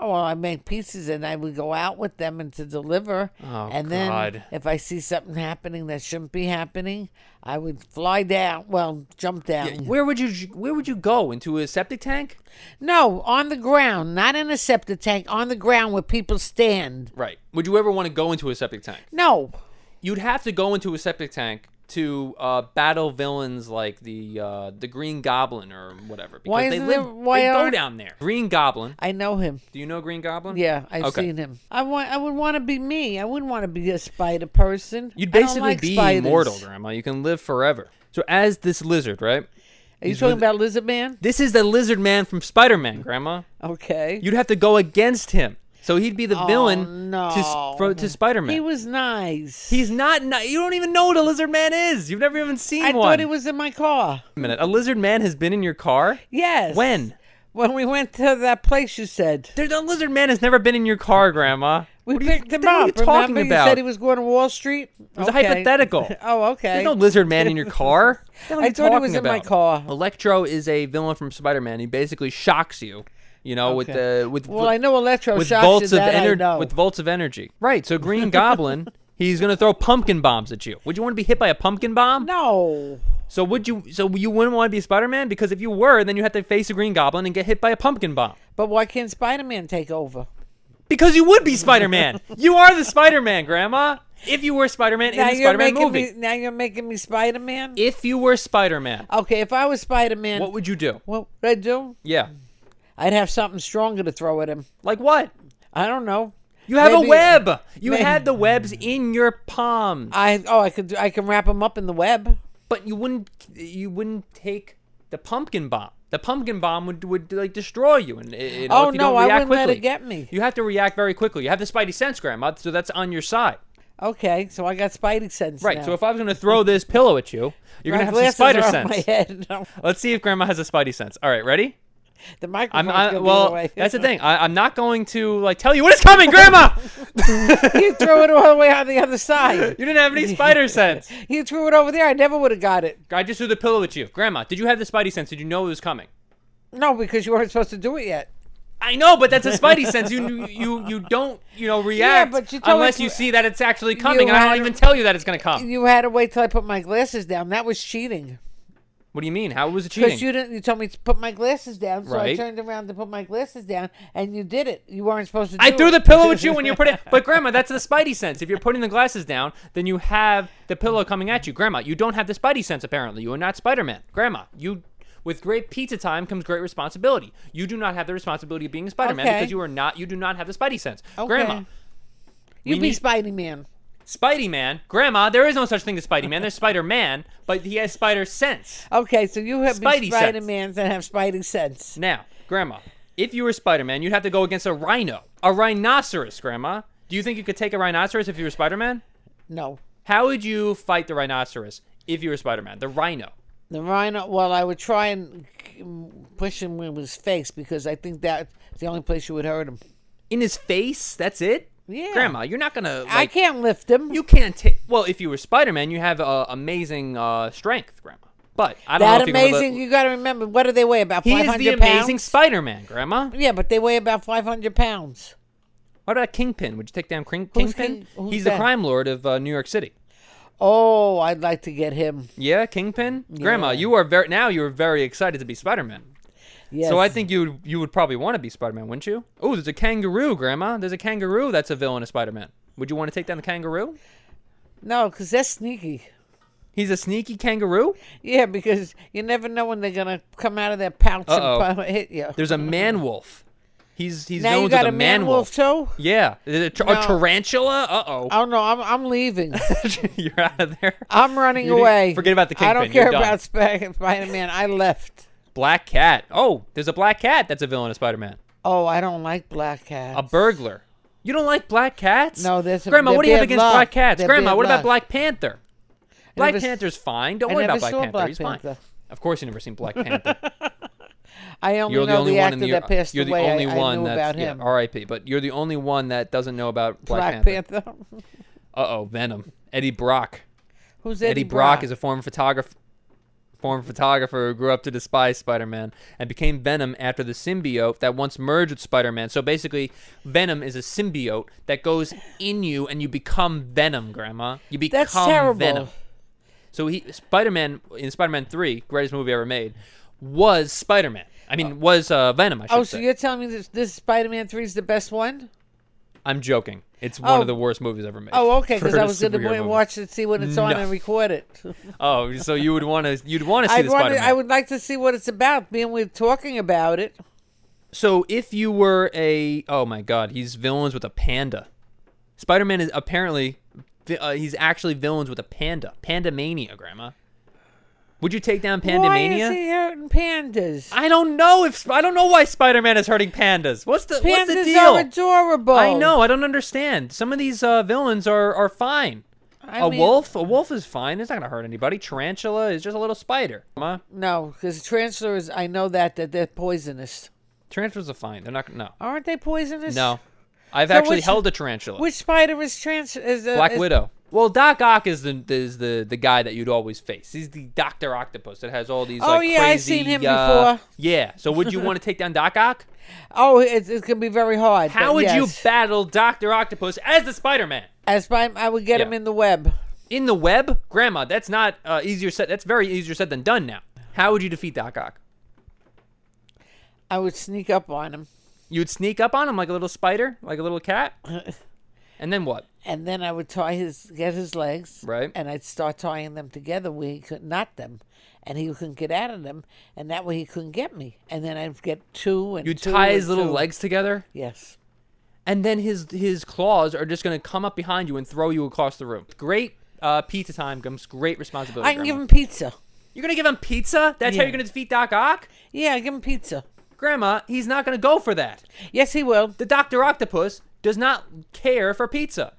[SPEAKER 2] Oh, well, I make pizzas and I would go out with them and to deliver.
[SPEAKER 1] Oh,
[SPEAKER 2] and then
[SPEAKER 1] God.
[SPEAKER 2] if I see something happening that shouldn't be happening, I would fly down. Well, jump down.
[SPEAKER 1] Where would you where would you go into a septic tank?
[SPEAKER 2] No, on the ground, not in a septic tank, on the ground where people stand.
[SPEAKER 1] Right. Would you ever want to go into a septic tank?
[SPEAKER 2] No.
[SPEAKER 1] You'd have to go into a septic tank to uh, battle villains like the uh, the Green Goblin or whatever. Because
[SPEAKER 2] Why
[SPEAKER 1] they
[SPEAKER 2] isn't
[SPEAKER 1] live
[SPEAKER 2] there- why
[SPEAKER 1] they go
[SPEAKER 2] aren't-
[SPEAKER 1] down there. Green Goblin.
[SPEAKER 2] I know him.
[SPEAKER 1] Do you know Green Goblin?
[SPEAKER 2] Yeah, I've
[SPEAKER 1] Okay.
[SPEAKER 2] seen him. I want. I would want to be me. I wouldn't want to be a spider person.
[SPEAKER 1] You'd
[SPEAKER 2] I don't
[SPEAKER 1] basically
[SPEAKER 2] like
[SPEAKER 1] be
[SPEAKER 2] spiders.
[SPEAKER 1] immortal, Grandma. You can live forever. So as this lizard, right?
[SPEAKER 2] Are you talking about Lizard Man?
[SPEAKER 1] This is the lizard man from Spider Man, Grandma.
[SPEAKER 2] Okay.
[SPEAKER 1] You'd have to go against him. So he'd be the villain to,
[SPEAKER 2] Oh, no.
[SPEAKER 1] s- fro- to Spider Man.
[SPEAKER 2] he was nice.
[SPEAKER 1] He's not, ni- You don't even know what a lizard man is. You've never even seen
[SPEAKER 2] I
[SPEAKER 1] one.
[SPEAKER 2] thought he was in my car.
[SPEAKER 1] Wait a minute. A lizard man has been in your car.
[SPEAKER 2] Yes.
[SPEAKER 1] When?
[SPEAKER 2] When we went to that place, you said
[SPEAKER 1] There's a lizard man has never been in your car, Grandma.
[SPEAKER 2] we
[SPEAKER 1] What are you-
[SPEAKER 2] picked him
[SPEAKER 1] what
[SPEAKER 2] [LAUGHS] up.
[SPEAKER 1] are you talking
[SPEAKER 2] Remember,
[SPEAKER 1] about?
[SPEAKER 2] you said he was going to Wall Street. It
[SPEAKER 1] was a hypothetical.
[SPEAKER 2] [LAUGHS] oh, okay.
[SPEAKER 1] There's no lizard man in your
[SPEAKER 2] [LAUGHS]
[SPEAKER 1] car. What are
[SPEAKER 2] I
[SPEAKER 1] you
[SPEAKER 2] thought he
[SPEAKER 1] talking
[SPEAKER 2] was in my
[SPEAKER 1] about?
[SPEAKER 2] car.
[SPEAKER 1] Electro is a villain from Spider-Man. He basically shocks you, you know, with
[SPEAKER 2] Okay.
[SPEAKER 1] the with
[SPEAKER 2] well, I know Electro
[SPEAKER 1] with
[SPEAKER 2] shocks
[SPEAKER 1] volts
[SPEAKER 2] you,
[SPEAKER 1] of
[SPEAKER 2] that I
[SPEAKER 1] energy
[SPEAKER 2] know.
[SPEAKER 1] with volts of energy. Right. So Green
[SPEAKER 2] [LAUGHS]
[SPEAKER 1] Goblin, he's gonna throw pumpkin bombs at you. Would you want to be hit by a pumpkin bomb?
[SPEAKER 2] no.
[SPEAKER 1] So would you? So you wouldn't want to be Spider-Man because if you were, then you had to face a Green Goblin and get hit by a pumpkin bomb.
[SPEAKER 2] But why can't Spider Man take over?
[SPEAKER 1] Because you would be Spider-Man. you are the Spider-Man, Grandma. If you were Spider-Man in the Spider-Man
[SPEAKER 2] making
[SPEAKER 1] movie.
[SPEAKER 2] me. Now you're making me Spider Man.
[SPEAKER 1] If you were Spider-Man,
[SPEAKER 2] Okay, if I was Spider Man,
[SPEAKER 1] what
[SPEAKER 2] what
[SPEAKER 1] would you do?
[SPEAKER 2] would I do?
[SPEAKER 1] Yeah.
[SPEAKER 2] I'd have something stronger to throw at him.
[SPEAKER 1] Like what?
[SPEAKER 2] I don't know.
[SPEAKER 1] You have
[SPEAKER 2] Maybe-
[SPEAKER 1] a web. You
[SPEAKER 2] may-
[SPEAKER 1] had the webs in your palms,
[SPEAKER 2] I oh I could do- I can wrap them up in the web.
[SPEAKER 1] but you wouldn't. You wouldn't take the pumpkin bomb. The pumpkin bomb would, would like destroy you. And you know,
[SPEAKER 2] Oh,
[SPEAKER 1] if you
[SPEAKER 2] no,
[SPEAKER 1] don't
[SPEAKER 2] I
[SPEAKER 1] react
[SPEAKER 2] wouldn't let
[SPEAKER 1] quickly,
[SPEAKER 2] it get me.
[SPEAKER 1] You have to react very quickly. You have the spidey sense, Grandma, so that's on your side.
[SPEAKER 2] Okay, so I got spidey sense.
[SPEAKER 1] Right.
[SPEAKER 2] now.
[SPEAKER 1] So if I was going to throw this pillow at you, you're
[SPEAKER 2] My
[SPEAKER 1] going to have some
[SPEAKER 2] glasses
[SPEAKER 1] spider
[SPEAKER 2] are on
[SPEAKER 1] sense.
[SPEAKER 2] my head. [LAUGHS] No,
[SPEAKER 1] Let's see if Grandma has a spidey sense. All right, ready?
[SPEAKER 2] the microphone's
[SPEAKER 1] I'm, I,
[SPEAKER 2] gonna be
[SPEAKER 1] well.
[SPEAKER 2] away.
[SPEAKER 1] That's the
[SPEAKER 2] [LAUGHS]
[SPEAKER 1] thing. I, I'm not going to like tell you when it's coming, Grandma.
[SPEAKER 2] [LAUGHS] you threw it all the way on the
[SPEAKER 1] [LAUGHS]
[SPEAKER 2] other side.
[SPEAKER 1] You didn't have any spider sense.
[SPEAKER 2] You threw it over there. I never would have got it.
[SPEAKER 1] I just threw the pillow at you, Grandma. Did you have the spidey sense? Did you know it was coming?
[SPEAKER 2] No, because you weren't supposed to do it yet.
[SPEAKER 1] I know, but that's a spidey sense. You you you don't you know react
[SPEAKER 2] but you told
[SPEAKER 1] unless
[SPEAKER 2] us-
[SPEAKER 1] you see that it's actually coming,
[SPEAKER 2] You
[SPEAKER 1] and I
[SPEAKER 2] had-
[SPEAKER 1] don't even tell you that it's going to come.
[SPEAKER 2] You had to wait till I put my glasses down. That was cheating.
[SPEAKER 1] What do you mean? How was it cheating?
[SPEAKER 2] Because you didn't. You told me to put my glasses down, so I
[SPEAKER 1] Right.
[SPEAKER 2] turned around to put my glasses down, and you did it. You weren't supposed to.
[SPEAKER 1] I
[SPEAKER 2] do
[SPEAKER 1] threw
[SPEAKER 2] it.
[SPEAKER 1] the
[SPEAKER 2] [LAUGHS]
[SPEAKER 1] pillow at you when you put it. But Grandma, that's the spidey sense. If you're putting the glasses down, then you have the pillow coming at you. Grandma, you don't have the spidey sense. Apparently, you are not Spider-Man. Grandma, you. With great pizza time comes great responsibility. You do not have the responsibility of being Spider-Man
[SPEAKER 2] Okay.
[SPEAKER 1] because you are not. You do not have the spidey sense. Grandma,
[SPEAKER 2] Okay. You
[SPEAKER 1] we
[SPEAKER 2] be
[SPEAKER 1] need-
[SPEAKER 2] Spidey Man.
[SPEAKER 1] Spidey Man. Grandma, there is no such thing as Spidey Man. There's Spider Man, but he has spider sense.
[SPEAKER 2] Okay, so you have
[SPEAKER 1] Spidey
[SPEAKER 2] been
[SPEAKER 1] sense.
[SPEAKER 2] Spider Mans and have Spidey sense.
[SPEAKER 1] Now, Grandma, if you were Spider Man, you'd have to go against a rhino, a rhinoceros. Grandma, do you think you could take a rhinoceros if you were Spider Man?
[SPEAKER 2] No,
[SPEAKER 1] How would you fight the rhinoceros if you were Spider Man? The rhino.
[SPEAKER 2] the rhino. Well, I would try and mm, push him with his face because I think that's the only place you would hurt him.
[SPEAKER 1] In his face? That's it?
[SPEAKER 2] Yeah.
[SPEAKER 1] Grandma, you're not going to.
[SPEAKER 2] I
[SPEAKER 1] Like,
[SPEAKER 2] can't lift him.
[SPEAKER 1] you can't take. Well, if you were Spider Man, you have uh, amazing uh, strength, Grandma. But I don't know
[SPEAKER 2] that
[SPEAKER 1] if you're gonna
[SPEAKER 2] amazing.
[SPEAKER 1] let-
[SPEAKER 2] You got to remember, what do they weigh? About
[SPEAKER 1] He
[SPEAKER 2] five
[SPEAKER 1] is the
[SPEAKER 2] hundred
[SPEAKER 1] amazing
[SPEAKER 2] pounds.
[SPEAKER 1] Spider Man, Grandma.
[SPEAKER 2] yeah, but they weigh about five hundred pounds.
[SPEAKER 1] What about Kingpin? Would you take down King-
[SPEAKER 2] Who's
[SPEAKER 1] Kingpin?
[SPEAKER 2] King- who's
[SPEAKER 1] He's
[SPEAKER 2] that?
[SPEAKER 1] the crime lord of uh, New York City.
[SPEAKER 2] Oh, I'd like to get him.
[SPEAKER 1] Yeah, Kingpin. Grandma, you are very now. You are very excited to be Spider Man.
[SPEAKER 2] Yes.
[SPEAKER 1] So I think you would, you would probably want to be Spider Man, wouldn't you? Oh, there's a kangaroo, Grandma. There's a kangaroo that's a villain of Spider Man. Would you want to take down the kangaroo?
[SPEAKER 2] no, because that's sneaky.
[SPEAKER 1] He's a sneaky kangaroo.
[SPEAKER 2] Yeah, because you never know when they're gonna come out of their pouch
[SPEAKER 1] Uh-oh.
[SPEAKER 2] and pu- hit you.
[SPEAKER 1] There's a man wolf. He's he's
[SPEAKER 2] now
[SPEAKER 1] known
[SPEAKER 2] you got
[SPEAKER 1] as
[SPEAKER 2] a
[SPEAKER 1] the man wolf.
[SPEAKER 2] too.
[SPEAKER 1] Yeah, there's a, tr- a
[SPEAKER 2] No.
[SPEAKER 1] tarantula. Uh oh,
[SPEAKER 2] Oh no, I'm I'm leaving.
[SPEAKER 1] [LAUGHS] you're out of there.
[SPEAKER 2] I'm running
[SPEAKER 1] You didn't-
[SPEAKER 2] away.
[SPEAKER 1] forget about the
[SPEAKER 2] I don't
[SPEAKER 1] Kingpin, you're
[SPEAKER 2] care
[SPEAKER 1] done.
[SPEAKER 2] about Sp- Spider Man. I left.
[SPEAKER 1] Black cat. Oh, there's a black cat that's a villain of Spider Man.
[SPEAKER 2] Oh, I don't like black cats.
[SPEAKER 1] A burglar. You don't like black cats?
[SPEAKER 2] No, there's a-
[SPEAKER 1] Grandma,
[SPEAKER 2] they're
[SPEAKER 1] what do you have
[SPEAKER 2] bad
[SPEAKER 1] against
[SPEAKER 2] luck.
[SPEAKER 1] black cats?
[SPEAKER 2] They're
[SPEAKER 1] Grandma,
[SPEAKER 2] bad
[SPEAKER 1] what about
[SPEAKER 2] luck.
[SPEAKER 1] Black Panther? Black
[SPEAKER 2] never s-
[SPEAKER 1] Panther's fine. Don't
[SPEAKER 2] I
[SPEAKER 1] worry about
[SPEAKER 2] never
[SPEAKER 1] Black
[SPEAKER 2] saw
[SPEAKER 1] Panther.
[SPEAKER 2] Black
[SPEAKER 1] He's fine.
[SPEAKER 2] Panther.
[SPEAKER 1] Of course you never seen Black
[SPEAKER 2] [LAUGHS]
[SPEAKER 1] Panther.
[SPEAKER 2] I only
[SPEAKER 1] you're the
[SPEAKER 2] know
[SPEAKER 1] only one
[SPEAKER 2] actor
[SPEAKER 1] in the
[SPEAKER 2] that passed
[SPEAKER 1] You're the
[SPEAKER 2] away. I-
[SPEAKER 1] only
[SPEAKER 2] I,
[SPEAKER 1] one
[SPEAKER 2] knew
[SPEAKER 1] that's
[SPEAKER 2] about
[SPEAKER 1] yeah,
[SPEAKER 2] him.
[SPEAKER 1] RIP, but you're the only one that doesn't know about Black,
[SPEAKER 2] Black
[SPEAKER 1] Panther.
[SPEAKER 2] Panther. [LAUGHS]
[SPEAKER 1] Uh-oh, Venom. Eddie Brock.
[SPEAKER 2] Who's
[SPEAKER 1] Eddie Brock, is a former photographer former photographer who grew up to despise Spider-Man and became Venom after the symbiote that once merged with Spider-Man. So basically, Venom is a symbiote that goes in you and you become Venom, grandma. You become
[SPEAKER 2] That's terrible.
[SPEAKER 1] Venom. So he Spider-Man in Spider-Man 3, greatest movie ever made, was Spider-Man. I mean, was uh, Venom, I should
[SPEAKER 2] Oh, so
[SPEAKER 1] say.
[SPEAKER 2] you're telling me this, this Spider Man Three is the best one?
[SPEAKER 1] I'm joking. It's one
[SPEAKER 2] Oh.
[SPEAKER 1] of the worst movies ever made.
[SPEAKER 2] Oh, okay, because
[SPEAKER 1] for
[SPEAKER 2] I
[SPEAKER 1] a
[SPEAKER 2] was going
[SPEAKER 1] superhero
[SPEAKER 2] to
[SPEAKER 1] movie.
[SPEAKER 2] watch it, see when it's on,
[SPEAKER 1] No.
[SPEAKER 2] and
[SPEAKER 1] [LAUGHS]
[SPEAKER 2] record it.
[SPEAKER 1] Oh, so you would want to you'd want to see
[SPEAKER 2] I'd
[SPEAKER 1] the
[SPEAKER 2] want
[SPEAKER 1] Spider-Man.
[SPEAKER 2] I would like to see what it's about, being we're talking about it.
[SPEAKER 1] So if you were a oh my god, he's villains with a panda. Spider-Man is apparently vi- uh, he's actually villains with a panda. Pandamania, grandma. Would you take down
[SPEAKER 2] Why is
[SPEAKER 1] Pandamania?
[SPEAKER 2] he hurting pandas?
[SPEAKER 1] I don't know if I don't know why Spider-Man is hurting pandas. What's the
[SPEAKER 2] pandas
[SPEAKER 1] what's the
[SPEAKER 2] are
[SPEAKER 1] deal?
[SPEAKER 2] adorable.
[SPEAKER 1] I know, I don't understand. Some of these uh, villains are are fine.
[SPEAKER 2] I
[SPEAKER 1] A
[SPEAKER 2] mean-
[SPEAKER 1] wolf, a wolf is fine. It's not gonna hurt anybody. Tarantula is just a little spider. Ma,
[SPEAKER 2] No, because tarantula is. I know that that they're poisonous.
[SPEAKER 1] tarantulas are fine. They're not. No,
[SPEAKER 2] Aren't they poisonous?
[SPEAKER 1] no. I've
[SPEAKER 2] So
[SPEAKER 1] actually
[SPEAKER 2] which-
[SPEAKER 1] held a tarantula.
[SPEAKER 2] Which spider is trans? Is uh,
[SPEAKER 1] Black
[SPEAKER 2] is-
[SPEAKER 1] Widow. Well, Doc Ock is the is the the guy that you'd always face. He's the Doctor Octopus that has all these.
[SPEAKER 2] Oh,
[SPEAKER 1] like,
[SPEAKER 2] yeah, I've
[SPEAKER 1] crazy,
[SPEAKER 2] seen him
[SPEAKER 1] uh,
[SPEAKER 2] before.
[SPEAKER 1] Yeah. So would you want to take down Doc
[SPEAKER 2] [LAUGHS]
[SPEAKER 1] Ock?
[SPEAKER 2] Oh, it's, it's gonna be very hard.
[SPEAKER 1] How
[SPEAKER 2] but
[SPEAKER 1] would you
[SPEAKER 2] yes.
[SPEAKER 1] battle Doctor Octopus as the Spider Man
[SPEAKER 2] As by, I would get
[SPEAKER 1] Yeah.
[SPEAKER 2] him in the web.
[SPEAKER 1] in the web, Grandma? That's not uh, easier said. That's very easier said than done. Now, how would you defeat Doc Ock?
[SPEAKER 2] I would sneak up on him,
[SPEAKER 1] You'd sneak up on him like a little spider, like a little cat,
[SPEAKER 2] [LAUGHS]
[SPEAKER 1] and then what?
[SPEAKER 2] and then I would tie his get his legs.
[SPEAKER 1] Right.
[SPEAKER 2] And I'd start tying them together where he could not them, and he couldn't get out of them, and that way he couldn't get me. And then I'd get two and
[SPEAKER 1] You'd
[SPEAKER 2] two
[SPEAKER 1] tie
[SPEAKER 2] and
[SPEAKER 1] his little
[SPEAKER 2] two.
[SPEAKER 1] legs together.
[SPEAKER 2] Yes.
[SPEAKER 1] and then his his claws are just gonna come up behind you and throw you across the room. Great uh, pizza time comes great responsibility.
[SPEAKER 2] I can give
[SPEAKER 1] Grandma.
[SPEAKER 2] him pizza.
[SPEAKER 1] You're gonna give him pizza? That's how
[SPEAKER 2] Yeah.
[SPEAKER 1] you're gonna defeat Doc Ock?
[SPEAKER 2] Yeah, I give him pizza.
[SPEAKER 1] Grandma, he's not gonna go for that.
[SPEAKER 2] Yes, he will.
[SPEAKER 1] The Doctor Octopus does not care for pizza.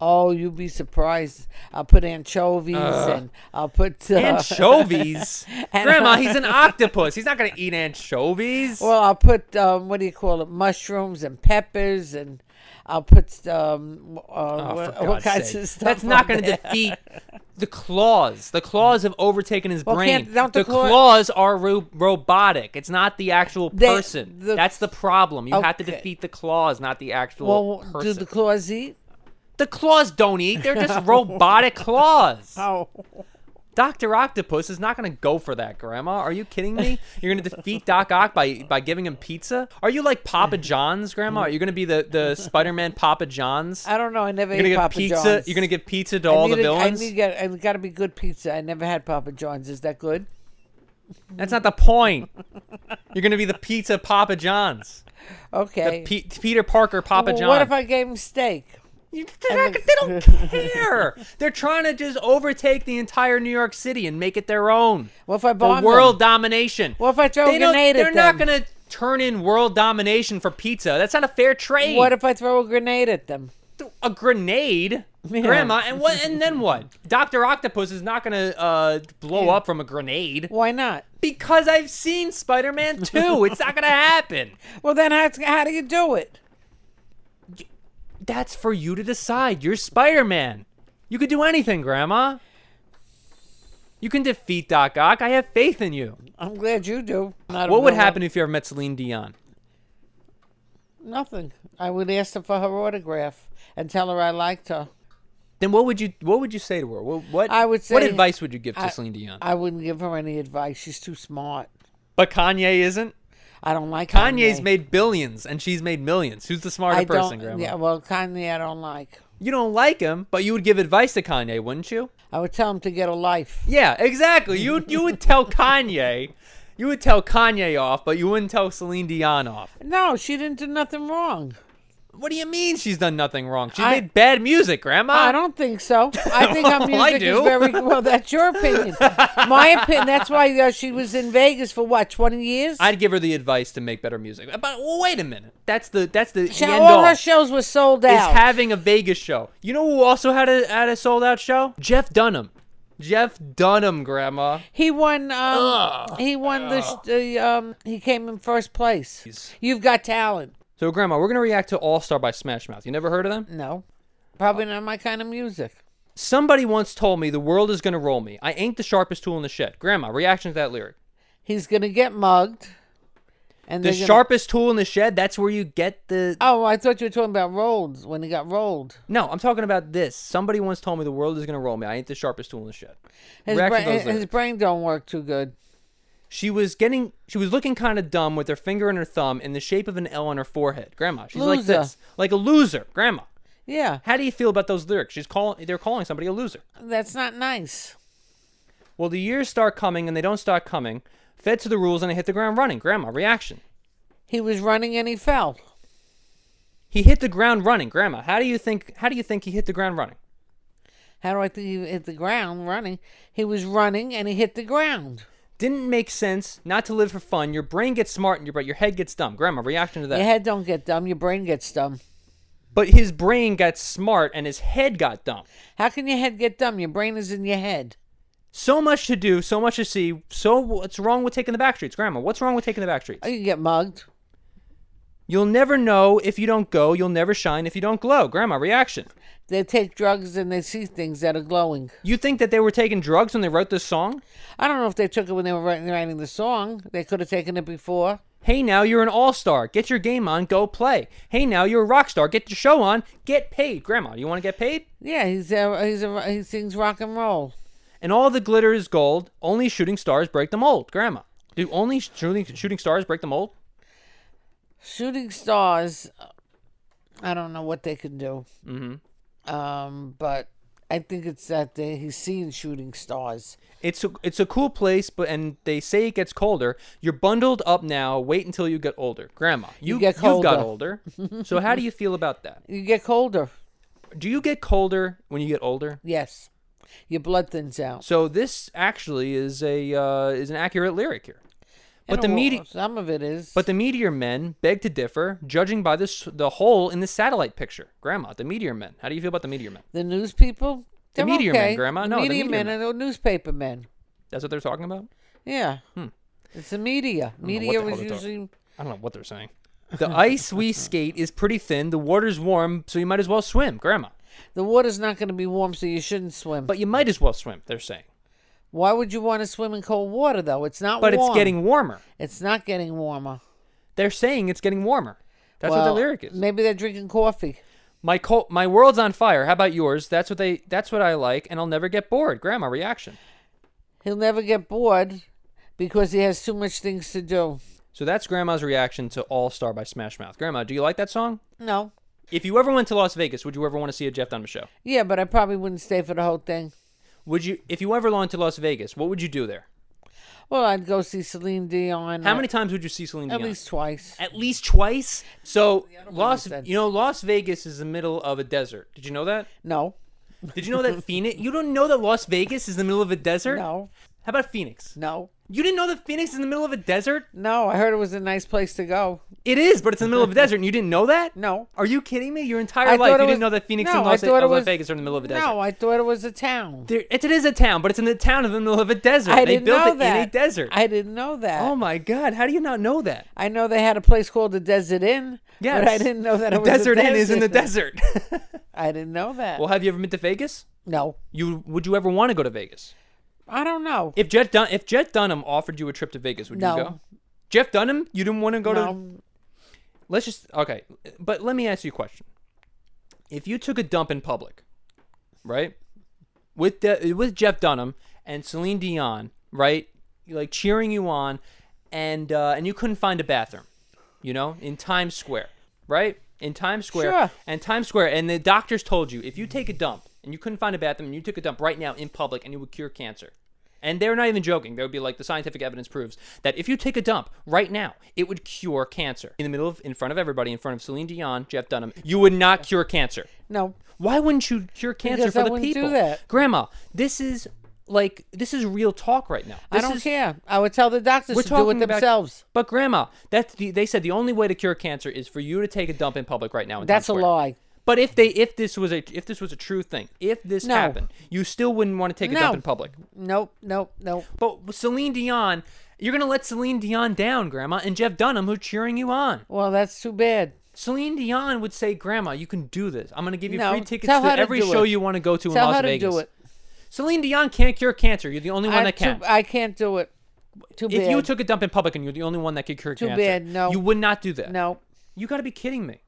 [SPEAKER 2] Oh, you'd be surprised. I'll put anchovies and I'll put uh,
[SPEAKER 1] [LAUGHS] Anchovies,
[SPEAKER 2] And-
[SPEAKER 1] Grandma, he's [LAUGHS] an octopus. He's not gonna eat anchovies.
[SPEAKER 2] Well, I'll put um, what do you call it? Mushrooms and peppers, and I'll put um, uh,
[SPEAKER 1] Oh, for
[SPEAKER 2] what,
[SPEAKER 1] God's
[SPEAKER 2] what kinds
[SPEAKER 1] sake.
[SPEAKER 2] of stuff.
[SPEAKER 1] That's not
[SPEAKER 2] on
[SPEAKER 1] going to
[SPEAKER 2] there.
[SPEAKER 1] defeat the claws. The claws have overtaken his
[SPEAKER 2] Well,
[SPEAKER 1] brain.
[SPEAKER 2] can't- don't the
[SPEAKER 1] the
[SPEAKER 2] claw-
[SPEAKER 1] claws are ro- robotic. It's not the actual
[SPEAKER 2] They-
[SPEAKER 1] person.
[SPEAKER 2] the-
[SPEAKER 1] That's the problem. You have to
[SPEAKER 2] Okay.
[SPEAKER 1] defeat the claws, not the actual
[SPEAKER 2] Well, do
[SPEAKER 1] person.
[SPEAKER 2] the
[SPEAKER 1] The...
[SPEAKER 2] claws eat?
[SPEAKER 1] claws don't eat. They're
[SPEAKER 2] [LAUGHS]
[SPEAKER 1] just robotic claws.
[SPEAKER 2] Oh,
[SPEAKER 1] Doctor Octopus is not going to go for that, Grandma. Are you kidding
[SPEAKER 2] [LAUGHS]
[SPEAKER 1] me? You're going to defeat Doc Ock by by giving him pizza? Are you like Papa John's, Grandma? Are you going to be the the Spider-Man Papa John's?
[SPEAKER 2] I don't know. I never
[SPEAKER 1] You're gonna
[SPEAKER 2] ate
[SPEAKER 1] give
[SPEAKER 2] Papa
[SPEAKER 1] pizza.
[SPEAKER 2] John's.
[SPEAKER 1] You're gonna give pizza to
[SPEAKER 2] I
[SPEAKER 1] all the
[SPEAKER 2] need a-
[SPEAKER 1] villains.
[SPEAKER 2] I need get. It's got to be good pizza. I never had Papa John's. Is that good?
[SPEAKER 1] That's not the
[SPEAKER 2] [LAUGHS]
[SPEAKER 1] point. You're gonna be the pizza Papa John's,
[SPEAKER 2] Okay.
[SPEAKER 1] Pe- Peter Parker Papa
[SPEAKER 2] Well,
[SPEAKER 1] John.
[SPEAKER 2] What if I gave him steak?
[SPEAKER 1] You- they're not-
[SPEAKER 2] and
[SPEAKER 1] they
[SPEAKER 2] the-
[SPEAKER 1] don't
[SPEAKER 2] [LAUGHS]
[SPEAKER 1] care. They're trying to just overtake the entire New York City and make it their own.
[SPEAKER 2] What if I
[SPEAKER 1] For
[SPEAKER 2] bomb
[SPEAKER 1] world
[SPEAKER 2] Them?
[SPEAKER 1] domination.
[SPEAKER 2] What if I throw
[SPEAKER 1] they
[SPEAKER 2] a
[SPEAKER 1] don't-
[SPEAKER 2] grenade
[SPEAKER 1] They're
[SPEAKER 2] at
[SPEAKER 1] not
[SPEAKER 2] them?
[SPEAKER 1] gonna turn in world domination for pizza. That's not a fair trade.
[SPEAKER 2] What if I throw a grenade at them?
[SPEAKER 1] a grenade?
[SPEAKER 2] Yeah.
[SPEAKER 1] Grandma, and what? And then what? Doctor Octopus is not gonna uh, blow up from a grenade.
[SPEAKER 2] Why not?
[SPEAKER 1] Because I've seen Spider
[SPEAKER 2] [LAUGHS]
[SPEAKER 1] Man 2. It's not going to happen.
[SPEAKER 2] Well, then how, how do you do it?
[SPEAKER 1] That's for you to decide. You're Spider Man. You could do anything, Grandma. You can defeat Doc Ock. I have faith in you.
[SPEAKER 2] I'm glad you do. I don't
[SPEAKER 1] What would
[SPEAKER 2] know
[SPEAKER 1] happen if you ever met Celine Dion?
[SPEAKER 2] Nothing. I would ask her for her autograph and tell her I liked her.
[SPEAKER 1] Then what would you what would you say to her? What what,
[SPEAKER 2] I would
[SPEAKER 1] what
[SPEAKER 2] say-
[SPEAKER 1] advice would you give to
[SPEAKER 2] I-
[SPEAKER 1] Celine Dion?
[SPEAKER 2] I wouldn't give her any advice. She's too smart.
[SPEAKER 1] but Kanye isn't.
[SPEAKER 2] I don't like
[SPEAKER 1] Kanye's
[SPEAKER 2] Kanye.
[SPEAKER 1] made billions and she's made millions. Who's the smarter
[SPEAKER 2] I don't,
[SPEAKER 1] person, Grandma?
[SPEAKER 2] Yeah, well, Kanye, I don't like.
[SPEAKER 1] You don't like him, but you would give advice to Kanye, wouldn't you?
[SPEAKER 2] I would tell him to get a life.
[SPEAKER 1] Yeah, exactly. You you would tell Kanye, you would tell Kanye off, but you wouldn't tell Celine Dion off.
[SPEAKER 2] No, she didn't do nothing wrong.
[SPEAKER 1] What do you mean she's done nothing wrong? She
[SPEAKER 2] I-
[SPEAKER 1] made bad music, Grandma.
[SPEAKER 2] I don't think so. I think [LAUGHS] her
[SPEAKER 1] Well, I
[SPEAKER 2] music
[SPEAKER 1] do.
[SPEAKER 2] is very well. That's your opinion. [LAUGHS] My opinion. That's why uh, she was in Vegas for what twenty years.
[SPEAKER 1] I'd give her the advice to make better music. But well, wait a minute. That's the that's the,
[SPEAKER 2] She-
[SPEAKER 1] the end
[SPEAKER 2] all
[SPEAKER 1] all.
[SPEAKER 2] her
[SPEAKER 1] Is
[SPEAKER 2] shows were sold out.
[SPEAKER 1] having a Vegas show. You know who also had a had a sold out show? Jeff Dunham. Jeff Dunham, Grandma.
[SPEAKER 2] He won. Um, he won the, sh- the. Um, he came in first place. You've got talent.
[SPEAKER 1] So, Grandma, we're gonna react to All Star by Smash Mouth. You never heard of them?
[SPEAKER 2] No, probably not my kind of music.
[SPEAKER 1] Somebody once told me the world is gonna roll me. I ain't the sharpest tool in the shed. Grandma, reaction to that lyric.
[SPEAKER 2] He's gonna get mugged. And
[SPEAKER 1] The
[SPEAKER 2] they're gonna-
[SPEAKER 1] sharpest tool in the shed, that's where you get the.
[SPEAKER 2] Oh, I thought you were talking about rolled when he got rolled.
[SPEAKER 1] No, I'm talking about this. Somebody once told me the world is going to roll me. I ain't the sharpest tool in the shed.
[SPEAKER 2] His,
[SPEAKER 1] Reaction to
[SPEAKER 2] brain-
[SPEAKER 1] those
[SPEAKER 2] his
[SPEAKER 1] lyrics.
[SPEAKER 2] brain don't work too good.
[SPEAKER 1] She was getting. She was looking kind of dumb with her finger and her thumb in the shape of an L on her forehead. Grandma, she's like
[SPEAKER 2] Loser.
[SPEAKER 1] this. Like a loser. Grandma,
[SPEAKER 2] Yeah,
[SPEAKER 1] how do you feel about those lyrics? She's calling. They're calling somebody a loser.
[SPEAKER 2] that's not nice.
[SPEAKER 1] Well, the years start coming and they don't start coming. Fed to the rules and I hit the ground running. Grandma, reaction.
[SPEAKER 2] He was running and he fell.
[SPEAKER 1] He hit the ground running. Grandma, how do you think? How do you think he hit the ground running?
[SPEAKER 2] How do I think he hit the ground running? He was running and he hit the ground.
[SPEAKER 1] Didn't make sense. Not to live for fun. Your brain gets smart and your but your head gets dumb. Grandma, reaction to that.
[SPEAKER 2] Your head don't get dumb. Your brain gets dumb.
[SPEAKER 1] But his brain got smart and his head got dumb.
[SPEAKER 2] How can your head get dumb? Your brain is in your head.
[SPEAKER 1] So much to do, so much to see. So what's wrong with taking the back streets, Grandma? What's wrong with taking the back streets?
[SPEAKER 2] Oh, you get mugged.
[SPEAKER 1] You'll never know if you don't go. You'll never shine if you don't glow, Grandma. Reaction.
[SPEAKER 2] They take drugs and they see things that are glowing.
[SPEAKER 1] You think that they were taking drugs when they wrote this song?
[SPEAKER 2] I don't know if they took it when they were writing, writing the song. They could have taken it before.
[SPEAKER 1] Hey, now you're an all star. Get your game on. Go play. Hey, now you're a rock star. Get your show on. Get paid, Grandma. You want to get paid?
[SPEAKER 2] Yeah, he's a, he's a, he sings rock and roll.
[SPEAKER 1] And all the glitter is gold. Only shooting stars break the mold, Grandma. Do only shooting shooting stars break the mold?
[SPEAKER 2] Shooting stars. I don't know what they can do. Mm-hmm. Um, but I think it's that they, he's seeing shooting stars.
[SPEAKER 1] It's a, it's a cool place, but and they say it gets colder. You're bundled up now. Wait until you get older, Grandma. You,
[SPEAKER 2] get
[SPEAKER 1] You've got
[SPEAKER 2] colder.
[SPEAKER 1] older. so how do you feel about that?
[SPEAKER 2] You get colder.
[SPEAKER 1] Do you get colder when you get older?
[SPEAKER 2] Yes. Your blood thins out.
[SPEAKER 1] So this actually is a uh, is an accurate lyric here. But
[SPEAKER 2] And
[SPEAKER 1] the
[SPEAKER 2] well,
[SPEAKER 1] media,
[SPEAKER 2] Some of it is.
[SPEAKER 1] But the meteor men beg to differ, judging by this the hole in the satellite picture. Grandma, the meteor men. How do you feel about the meteor men?
[SPEAKER 2] the news people.
[SPEAKER 1] The
[SPEAKER 2] they're
[SPEAKER 1] media men,
[SPEAKER 2] okay.
[SPEAKER 1] Grandma. No, the
[SPEAKER 2] media
[SPEAKER 1] media
[SPEAKER 2] men
[SPEAKER 1] men.
[SPEAKER 2] and the newspaper men.
[SPEAKER 1] That's what they're talking about.
[SPEAKER 2] Yeah. It's the media.
[SPEAKER 1] Hmm. know what
[SPEAKER 2] Media
[SPEAKER 1] the hell
[SPEAKER 2] was
[SPEAKER 1] they're talking-
[SPEAKER 2] usually.
[SPEAKER 1] I don't know what they're saying. [LAUGHS] The ice we skate is pretty thin. The water's warm, so you might as well swim, Grandma.
[SPEAKER 2] The water's not going to be warm, so you shouldn't swim.
[SPEAKER 1] But you might as well swim. They're saying.
[SPEAKER 2] Why would you want to swim in cold water, though? It's not
[SPEAKER 1] But
[SPEAKER 2] warm.
[SPEAKER 1] it's getting warmer.
[SPEAKER 2] It's not getting warmer.
[SPEAKER 1] They're saying it's getting warmer. That's what
[SPEAKER 2] Well,
[SPEAKER 1] the lyric is.
[SPEAKER 2] Maybe they're drinking coffee.
[SPEAKER 1] my col- my world's on fire. How about yours? That's what they. That's what I like, and I'll never get bored. Grandma reaction.
[SPEAKER 2] He'll never get bored because he has too much things to do.
[SPEAKER 1] So that's Grandma's reaction to All Star by Smash Mouth. Grandma, do you like that song?
[SPEAKER 2] No.
[SPEAKER 1] If you ever went to Las Vegas, would you ever want to see a Jeff Dunham show?
[SPEAKER 2] Yeah, but I probably wouldn't stay for the whole thing.
[SPEAKER 1] Would you, if you ever went to Las Vegas, what would you do there?
[SPEAKER 2] Well, I'd go see Celine Dion.
[SPEAKER 1] How
[SPEAKER 2] uh,
[SPEAKER 1] many times would you see Celine
[SPEAKER 2] At
[SPEAKER 1] Dion?
[SPEAKER 2] least twice.
[SPEAKER 1] At least twice. So Las,
[SPEAKER 2] sense.
[SPEAKER 1] you know, Las Vegas is the middle of a desert. Did you know that?
[SPEAKER 2] No.
[SPEAKER 1] Did you know
[SPEAKER 2] [LAUGHS]
[SPEAKER 1] that Phoenix? You don't know that Las Vegas is the middle of a desert?
[SPEAKER 2] No.
[SPEAKER 1] How about Phoenix?
[SPEAKER 2] No.
[SPEAKER 1] You didn't know that Phoenix is in the middle of a desert?
[SPEAKER 2] No. I heard it was a nice place to go.
[SPEAKER 1] It is, but it's in the middle
[SPEAKER 2] [LAUGHS]
[SPEAKER 1] of a desert, and you didn't know that?
[SPEAKER 2] No.
[SPEAKER 1] Are you kidding me? Your entire
[SPEAKER 2] I
[SPEAKER 1] life,
[SPEAKER 2] thought
[SPEAKER 1] you
[SPEAKER 2] it
[SPEAKER 1] didn't
[SPEAKER 2] was-
[SPEAKER 1] know that Phoenix
[SPEAKER 2] No,
[SPEAKER 1] and
[SPEAKER 2] I
[SPEAKER 1] Las,
[SPEAKER 2] thought it
[SPEAKER 1] Las
[SPEAKER 2] was-
[SPEAKER 1] Vegas are in the middle of a desert.
[SPEAKER 2] No, I thought it was a town.
[SPEAKER 1] There- It it is a town, but it's in the town of the middle of a desert.
[SPEAKER 2] I
[SPEAKER 1] they
[SPEAKER 2] didn't
[SPEAKER 1] built
[SPEAKER 2] know
[SPEAKER 1] it
[SPEAKER 2] that.
[SPEAKER 1] in a desert.
[SPEAKER 2] I didn't know that.
[SPEAKER 1] Oh my God! How do you not know that?
[SPEAKER 2] I know they had a place called the Desert Inn.
[SPEAKER 1] Yes.
[SPEAKER 2] But I didn't know that it was a
[SPEAKER 1] Desert Inn is in the
[SPEAKER 2] desert.
[SPEAKER 1] desert. [LAUGHS]
[SPEAKER 2] I didn't know that.
[SPEAKER 1] well, have you ever been to Vegas?
[SPEAKER 2] no.
[SPEAKER 1] You would you ever want to go to Vegas?
[SPEAKER 2] I don't know.
[SPEAKER 1] If Jet Dun- if Jet Dunham offered you a trip to Vegas, would
[SPEAKER 2] No.
[SPEAKER 1] you go? Jeff Dunham, you didn't want to go to.
[SPEAKER 2] no.
[SPEAKER 1] Let's just okay, but let me ask you a question. If you took a dump in public, right, with the, with Jeff Dunham and Celine Dion, right, like cheering you on, and uh, and you couldn't find a bathroom, you know, in Times Square, right, in Times Square,
[SPEAKER 2] Sure.
[SPEAKER 1] and Times Square, and the doctors told you if you take a dump and you couldn't find a bathroom and you took a dump right now in public and it would cure cancer. And they're not even joking. They would be like, the scientific evidence proves that if you take a dump right now, it would cure cancer. In the middle of, in front of everybody, in front of Celine Dion, Jeff Dunham, you would not cure cancer.
[SPEAKER 2] No.
[SPEAKER 1] Why wouldn't you cure cancer
[SPEAKER 2] Because
[SPEAKER 1] for
[SPEAKER 2] I
[SPEAKER 1] the
[SPEAKER 2] wouldn't do
[SPEAKER 1] people?
[SPEAKER 2] that.
[SPEAKER 1] Grandma, this is like, this is real talk right now.
[SPEAKER 2] I
[SPEAKER 1] This
[SPEAKER 2] don't
[SPEAKER 1] is-
[SPEAKER 2] care. I would tell the doctors
[SPEAKER 1] We're
[SPEAKER 2] to do it
[SPEAKER 1] talking about-
[SPEAKER 2] themselves.
[SPEAKER 1] But Grandma, that's the, they said the only way to cure cancer is for you to take a dump in public right now. In
[SPEAKER 2] That's
[SPEAKER 1] Times
[SPEAKER 2] a
[SPEAKER 1] Square.
[SPEAKER 2] lie.
[SPEAKER 1] But if they if this was a if this was a true thing, if this
[SPEAKER 2] No.
[SPEAKER 1] happened, you still wouldn't want to take a
[SPEAKER 2] No.
[SPEAKER 1] dump in public.
[SPEAKER 2] Nope, nope, nope.
[SPEAKER 1] But with Celine Dion, you're gonna let Celine Dion down, Grandma, and Jeff Dunham, who's cheering you on.
[SPEAKER 2] Well, that's too bad.
[SPEAKER 1] Celine Dion would say, "Grandma, you can do this. I'm gonna give you
[SPEAKER 2] No,
[SPEAKER 1] free tickets
[SPEAKER 2] tell her
[SPEAKER 1] to
[SPEAKER 2] to
[SPEAKER 1] every
[SPEAKER 2] do
[SPEAKER 1] show
[SPEAKER 2] it.
[SPEAKER 1] you want to go to in
[SPEAKER 2] Tell
[SPEAKER 1] Las
[SPEAKER 2] her to
[SPEAKER 1] Vegas."
[SPEAKER 2] do it.
[SPEAKER 1] Celine Dion can't cure cancer. You're the only one
[SPEAKER 2] I,
[SPEAKER 1] that can.
[SPEAKER 2] Too, I can't do it. Too
[SPEAKER 1] if
[SPEAKER 2] bad.
[SPEAKER 1] you took a dump in public and you're the only one that could cure cancer,
[SPEAKER 2] bad, no.
[SPEAKER 1] you would not do that.
[SPEAKER 2] no,
[SPEAKER 1] You got to be kidding me.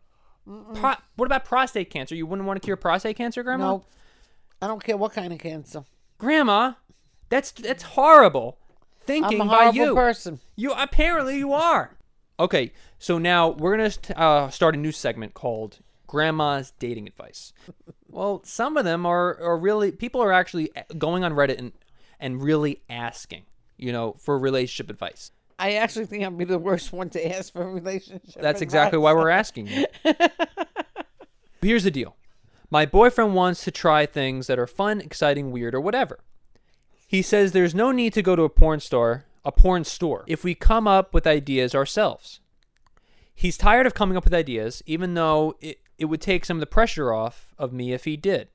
[SPEAKER 1] Pro- what about prostate cancer? You wouldn't want to cure prostate cancer, Grandma?
[SPEAKER 2] no. I don't care what kind of cancer.
[SPEAKER 1] Grandma, that's that's horrible
[SPEAKER 2] I'm
[SPEAKER 1] thinking
[SPEAKER 2] a
[SPEAKER 1] by
[SPEAKER 2] horrible
[SPEAKER 1] you.
[SPEAKER 2] person.
[SPEAKER 1] You apparently you are. Okay, so now we're gonna st- uh, start a new segment called Grandma's Dating [LAUGHS] Advice. Well, some of them are are really people are actually eh, going on Reddit and and really asking, you know, for relationship advice.
[SPEAKER 2] I actually think I'd be the worst one to ask for a relationship.
[SPEAKER 1] That's
[SPEAKER 2] advice.
[SPEAKER 1] exactly why we're asking you. Here's the deal. My boyfriend wants to try things that are fun, exciting, weird, or whatever. He says there's no need to go to a porn store, a porn store, if we come up with ideas ourselves. He's tired of coming up with ideas, even though it, it would take some of the pressure off of me if he did.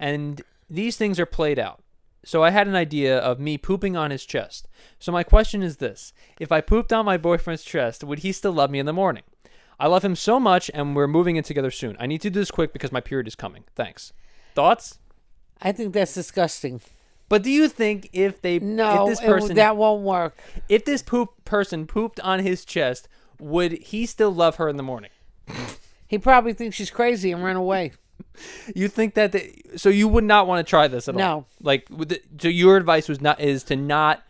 [SPEAKER 1] And these things are played out. So I had an idea of me pooping on his chest. So my question is this if I pooped on my boyfriend's chest, would he still love me in the morning? I love him so much and we're moving in together soon. I need to do this quick because my period is coming. Thanks. Thoughts?
[SPEAKER 2] I think that's disgusting.
[SPEAKER 1] But do you think if they
[SPEAKER 2] No,
[SPEAKER 1] if this
[SPEAKER 2] it w-
[SPEAKER 1] person
[SPEAKER 2] that won't work.
[SPEAKER 1] if this poop person pooped on his chest, would he still love her in the morning?
[SPEAKER 2] He probably thinks she's crazy and ran away.
[SPEAKER 1] You think that they, so you would not want to try this at all?
[SPEAKER 2] No.
[SPEAKER 1] Like would the- so your advice was not is to not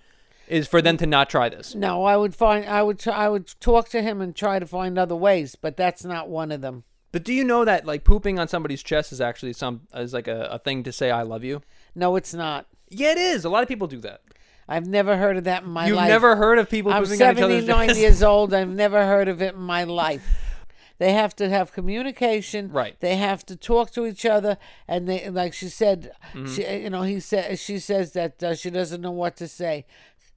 [SPEAKER 1] is for them to not try this.
[SPEAKER 2] No, I would find I would tr- I would talk to him and try to find other ways, but that's not one of them.
[SPEAKER 1] But do you know that like pooping on somebody's chest is actually some is like a, a thing to say I love you?
[SPEAKER 2] No, it's not.
[SPEAKER 1] Yeah, it is. A lot of people do that.
[SPEAKER 2] I've never heard of that in my
[SPEAKER 1] You've
[SPEAKER 2] life.
[SPEAKER 1] never heard of people
[SPEAKER 2] I'm
[SPEAKER 1] pooping on each other's
[SPEAKER 2] 79
[SPEAKER 1] chest?
[SPEAKER 2] years old. I've never heard of it in my life. They have to have communication.
[SPEAKER 1] Right.
[SPEAKER 2] They have to talk to each other, and they, like she said,
[SPEAKER 1] Mm-hmm.
[SPEAKER 2] she, you know, he said, she says that uh, she doesn't know what to say.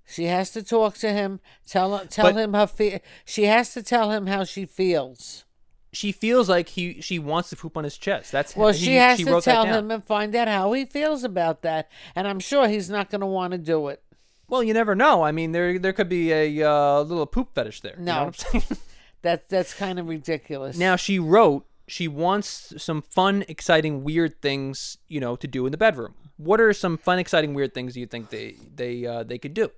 [SPEAKER 2] She has to talk to him. Tell tell
[SPEAKER 1] But-
[SPEAKER 2] him her fe- She has to tell him how she feels.
[SPEAKER 1] [LAUGHS] She feels like he she wants to poop on his chest. That's
[SPEAKER 2] Well,
[SPEAKER 1] he-
[SPEAKER 2] she has to
[SPEAKER 1] wrote that
[SPEAKER 2] tell
[SPEAKER 1] down.
[SPEAKER 2] him and find out how he feels about that, and I'm sure he's not going to want to do it.
[SPEAKER 1] Well, you never know. I mean, there there could be a uh, little poop fetish there. you know
[SPEAKER 2] No.
[SPEAKER 1] what I'm saying? [LAUGHS]
[SPEAKER 2] That that's kind of ridiculous.
[SPEAKER 1] now she wrote she wants some fun, exciting, weird things you know to do in the bedroom. What are some fun, exciting, weird things you think they they uh, they could do?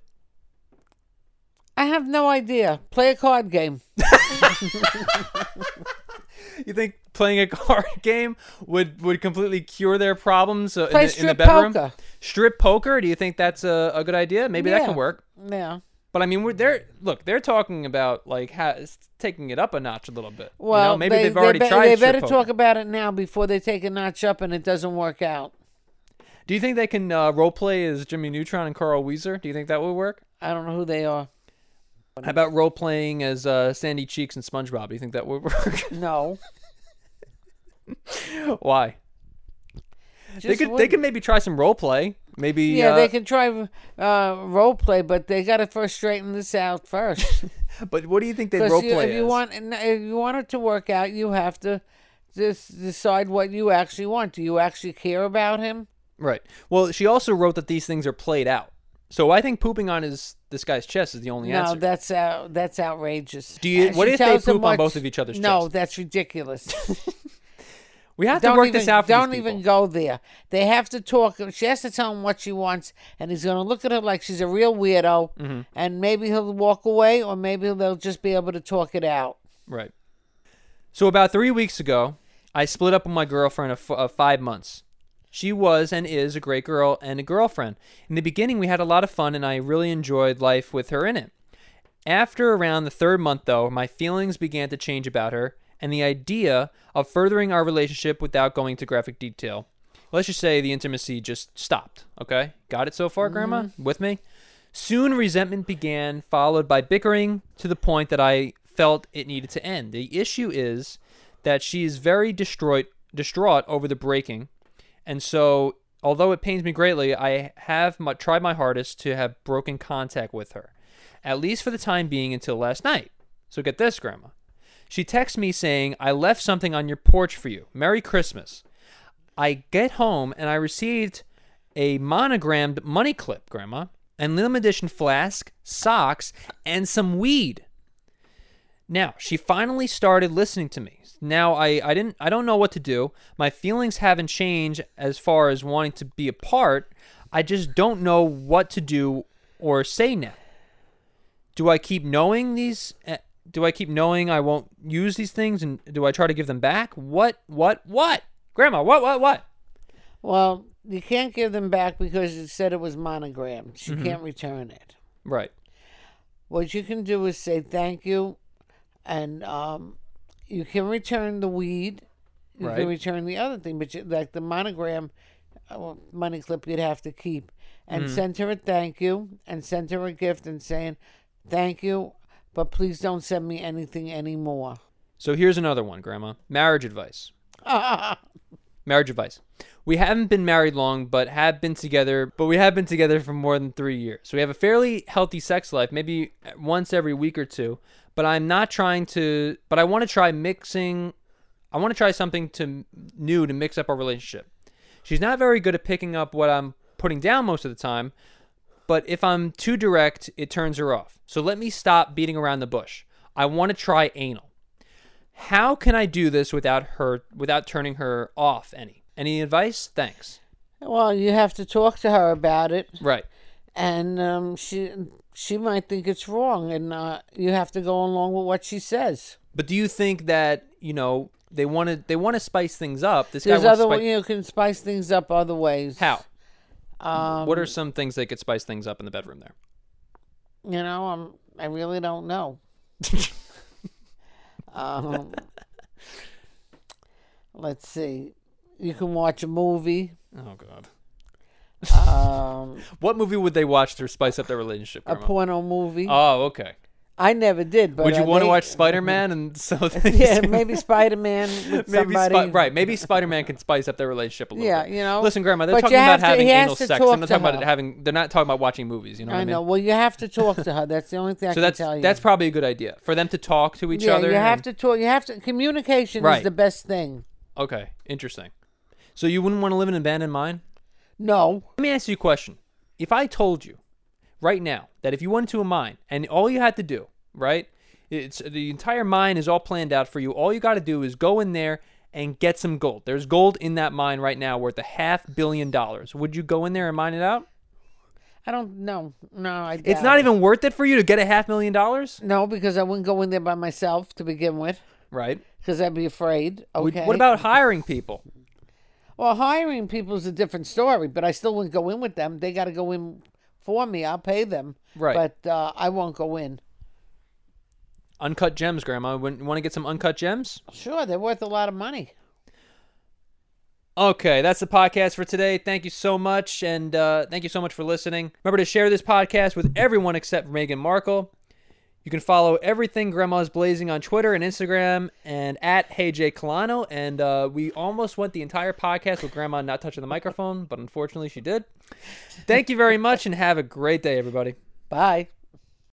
[SPEAKER 2] I have no idea. Play a card game.
[SPEAKER 1] You think playing a [LAUGHS] card game would would completely cure their problems uh, in,
[SPEAKER 2] Play
[SPEAKER 1] the, in the
[SPEAKER 2] strip
[SPEAKER 1] bedroom?
[SPEAKER 2] poker.
[SPEAKER 1] Strip poker? Do you think that's a, a good idea? Maybe that
[SPEAKER 2] Yeah.
[SPEAKER 1] can work.
[SPEAKER 2] Yeah.
[SPEAKER 1] But I mean, we're they're look, they're talking about like ha- s- taking it up a notch a little bit. You know,
[SPEAKER 2] Well,
[SPEAKER 1] maybe
[SPEAKER 2] they,
[SPEAKER 1] have already
[SPEAKER 2] they, be-
[SPEAKER 1] tried.
[SPEAKER 2] They
[SPEAKER 1] strip
[SPEAKER 2] better
[SPEAKER 1] poker.
[SPEAKER 2] talk about it now before they take a notch up and it doesn't work out.
[SPEAKER 1] Do you think they can uh, role play as Jimmy Neutron and Carl Weezer? Do you think that would work?
[SPEAKER 2] I don't know who they are.
[SPEAKER 1] How about role playing as uh, Sandy Cheeks and SpongeBob? Do you think that would [LAUGHS] work?
[SPEAKER 2] No,
[SPEAKER 1] Why? they
[SPEAKER 2] Just
[SPEAKER 1] could they
[SPEAKER 2] wouldn't.
[SPEAKER 1] could maybe try some role play. Maybe
[SPEAKER 2] Yeah,
[SPEAKER 1] uh,
[SPEAKER 2] they can try uh, role play, but they got to first straighten this
[SPEAKER 1] [LAUGHS]
[SPEAKER 2] out first.
[SPEAKER 1] But what do you think they
[SPEAKER 2] 'Cause
[SPEAKER 1] role
[SPEAKER 2] you-
[SPEAKER 1] play?
[SPEAKER 2] if you
[SPEAKER 1] as?
[SPEAKER 2] want, and if you want it to work out, you have to just decide what you actually want. Do you actually care about him?
[SPEAKER 1] Right. Well, she also wrote that these things are played out. So I think pooping on his this guy's chest is the only
[SPEAKER 2] No,
[SPEAKER 1] answer.
[SPEAKER 2] that's out, that's outrageous.
[SPEAKER 1] Do you-
[SPEAKER 2] Uh,
[SPEAKER 1] what
[SPEAKER 2] she
[SPEAKER 1] if they
[SPEAKER 2] tells him
[SPEAKER 1] poop on
[SPEAKER 2] what
[SPEAKER 1] both
[SPEAKER 2] she-
[SPEAKER 1] of each other's
[SPEAKER 2] No,
[SPEAKER 1] chest? [LAUGHS]
[SPEAKER 2] that's ridiculous.
[SPEAKER 1] we have to
[SPEAKER 2] don't
[SPEAKER 1] work
[SPEAKER 2] even,
[SPEAKER 1] this out. For
[SPEAKER 2] don't
[SPEAKER 1] these
[SPEAKER 2] even
[SPEAKER 1] people.
[SPEAKER 2] go there. They have to talk. She has to tell him what she wants, and he's going to look at her like she's a real weirdo.
[SPEAKER 1] Mm-hmm.
[SPEAKER 2] And maybe he'll walk away, or maybe they'll just be able to talk it out.
[SPEAKER 1] Right. So about three weeks ago, I split up with my girlfriend of, f- of five months. She was and is a great girl and a girlfriend. In the beginning, we had a lot of fun, and I really enjoyed life with her in it. After around the third month, though, my feelings began to change about her, and the idea of furthering our relationship without going to graphic detail. Let's just say the intimacy just stopped, okay? Got it so far, Grandma? With me? Soon resentment began, followed by bickering to the point that I felt it needed to end. The issue is that she is very destroyed, distraught over the breaking, and so although it pains me greatly, I have mu tried my hardest to have broken contact with her, at least for the time being until last night. So get this, Grandma. She texts me saying, I left something on your porch for you. Merry Christmas. I get home and I received a monogrammed money clip, Grandma, and limited edition flask, socks, and some weed. Now she finally started listening to me. Now I, I didn't I don't know what to do. My feelings haven't changed as far as wanting to be apart. I just don't know what to do or say now. Do I keep knowing these? eh, Do I keep knowing I won't use these things, and do I try to give them back? What? What? What? Grandma, what? What? What?
[SPEAKER 2] Well, you can't give them back because you said it was monogrammed. She
[SPEAKER 1] Mm-hmm.
[SPEAKER 2] can't return it.
[SPEAKER 1] Right.
[SPEAKER 2] What you can do is say thank you, and um, you can return the weed. You
[SPEAKER 1] Right.
[SPEAKER 2] can return the other thing, but you, like the monogram uh, well, money clip, you'd have to keep and send her a thank you and send her a gift and saying thank you, but please don't send me anything anymore. [LAUGHS]
[SPEAKER 1] So here's another one, Grandma. Marriage advice. Marriage advice. We haven't been married long, but have been together. But we have been together for more than three years. So we have a fairly healthy sex life, maybe once every week or two. But I'm not trying to. But I want to try mixing. I want to try something to new to mix up our relationship. She's not very good at picking up what I'm putting down most of the time, but if I'm too direct, it turns her off. So let me stop beating around the bush. I want to try anal. How can I do this without her without turning her off any? Any advice? Thanks.
[SPEAKER 2] Well, you have to talk to her about it,
[SPEAKER 1] Right.
[SPEAKER 2] and um, she she might think it's wrong, and uh, you have to go along with what she says.
[SPEAKER 1] But do you think that, you know, they want to they want to spice things up? This
[SPEAKER 2] There's
[SPEAKER 1] guy wants
[SPEAKER 2] other
[SPEAKER 1] to
[SPEAKER 2] way
[SPEAKER 1] spice
[SPEAKER 2] you can spice things up other ways.
[SPEAKER 1] How?
[SPEAKER 2] Um,
[SPEAKER 1] what are some things they could spice things up in the bedroom there?
[SPEAKER 2] You know, I'm I
[SPEAKER 1] [LAUGHS]
[SPEAKER 2] really don't know. um, Let's see. You can watch a movie.
[SPEAKER 1] Oh God. [LAUGHS]
[SPEAKER 2] Um,
[SPEAKER 1] What movie would they watch to spice up their relationship?
[SPEAKER 2] a
[SPEAKER 1] Grandma?
[SPEAKER 2] porno movie.
[SPEAKER 1] oh, okay.
[SPEAKER 2] I never did, but
[SPEAKER 1] Would you
[SPEAKER 2] uh,
[SPEAKER 1] want to
[SPEAKER 2] they-
[SPEAKER 1] watch Spider Man and so things? [LAUGHS]
[SPEAKER 2] [LAUGHS] Yeah, [LAUGHS] maybe Spider Man with
[SPEAKER 1] Maybe
[SPEAKER 2] somebody.
[SPEAKER 1] Spi- right. Maybe Spider Man can spice up their relationship a little
[SPEAKER 2] Yeah,
[SPEAKER 1] bit.
[SPEAKER 2] you know,
[SPEAKER 1] Listen, Grandma, they're
[SPEAKER 2] but
[SPEAKER 1] talking
[SPEAKER 2] you
[SPEAKER 1] about
[SPEAKER 2] have to-
[SPEAKER 1] having
[SPEAKER 2] he has
[SPEAKER 1] anal
[SPEAKER 2] to
[SPEAKER 1] sex.
[SPEAKER 2] talk
[SPEAKER 1] They're not
[SPEAKER 2] to
[SPEAKER 1] talking about
[SPEAKER 2] her.
[SPEAKER 1] it having. They're not talking about watching movies. You know what
[SPEAKER 2] I
[SPEAKER 1] I mean?
[SPEAKER 2] know. Well, you have to talk to her. That's the only thing I
[SPEAKER 1] So
[SPEAKER 2] can
[SPEAKER 1] that's
[SPEAKER 2] tell you.
[SPEAKER 1] that's probably a good idea for them to talk to each
[SPEAKER 2] yeah,
[SPEAKER 1] other.
[SPEAKER 2] you have
[SPEAKER 1] and-
[SPEAKER 2] to talk. You have to. Communication
[SPEAKER 1] Right.
[SPEAKER 2] is the best thing.
[SPEAKER 1] Okay, interesting. So you wouldn't want to live in an abandoned mine?
[SPEAKER 2] No,
[SPEAKER 1] Let me ask you a question. If I told you right now that if you went to a mine and all you had to do, right? It's the entire mine is all planned out for you. All you got to do is go in there and get some gold. There's gold in that mine right now worth a half billion dollars. Would you go in there and mine it out?
[SPEAKER 2] I don't. No, no. I doubt
[SPEAKER 1] It's not
[SPEAKER 2] it.
[SPEAKER 1] even worth it for you to get a half million dollars,
[SPEAKER 2] No, because I wouldn't go in there by myself to begin with,
[SPEAKER 1] right?
[SPEAKER 2] because I'd be afraid.
[SPEAKER 1] Would-
[SPEAKER 2] Okay.
[SPEAKER 1] What about hiring people?
[SPEAKER 2] Well, hiring people is a different story, but I still wouldn't go in with them. They got to go in for me. I'll pay them.
[SPEAKER 1] Right.
[SPEAKER 2] But uh, I won't go in.
[SPEAKER 1] Uncut gems, Grandma. Wouldn't- You want to get some uncut gems?
[SPEAKER 2] Sure, they're worth a lot of money.
[SPEAKER 1] Okay, that's the podcast for today. Thank you so much, and uh, thank you so much for listening. Remember to share this podcast with everyone except Meghan Markle. You can follow everything Grandma's Blazing on Twitter and Instagram, and at Hey Jay Colano. And uh, we almost went the entire podcast with Grandma not touching the microphone, but unfortunately she did. Thank you very much, and have a great day, everybody.
[SPEAKER 2] Bye.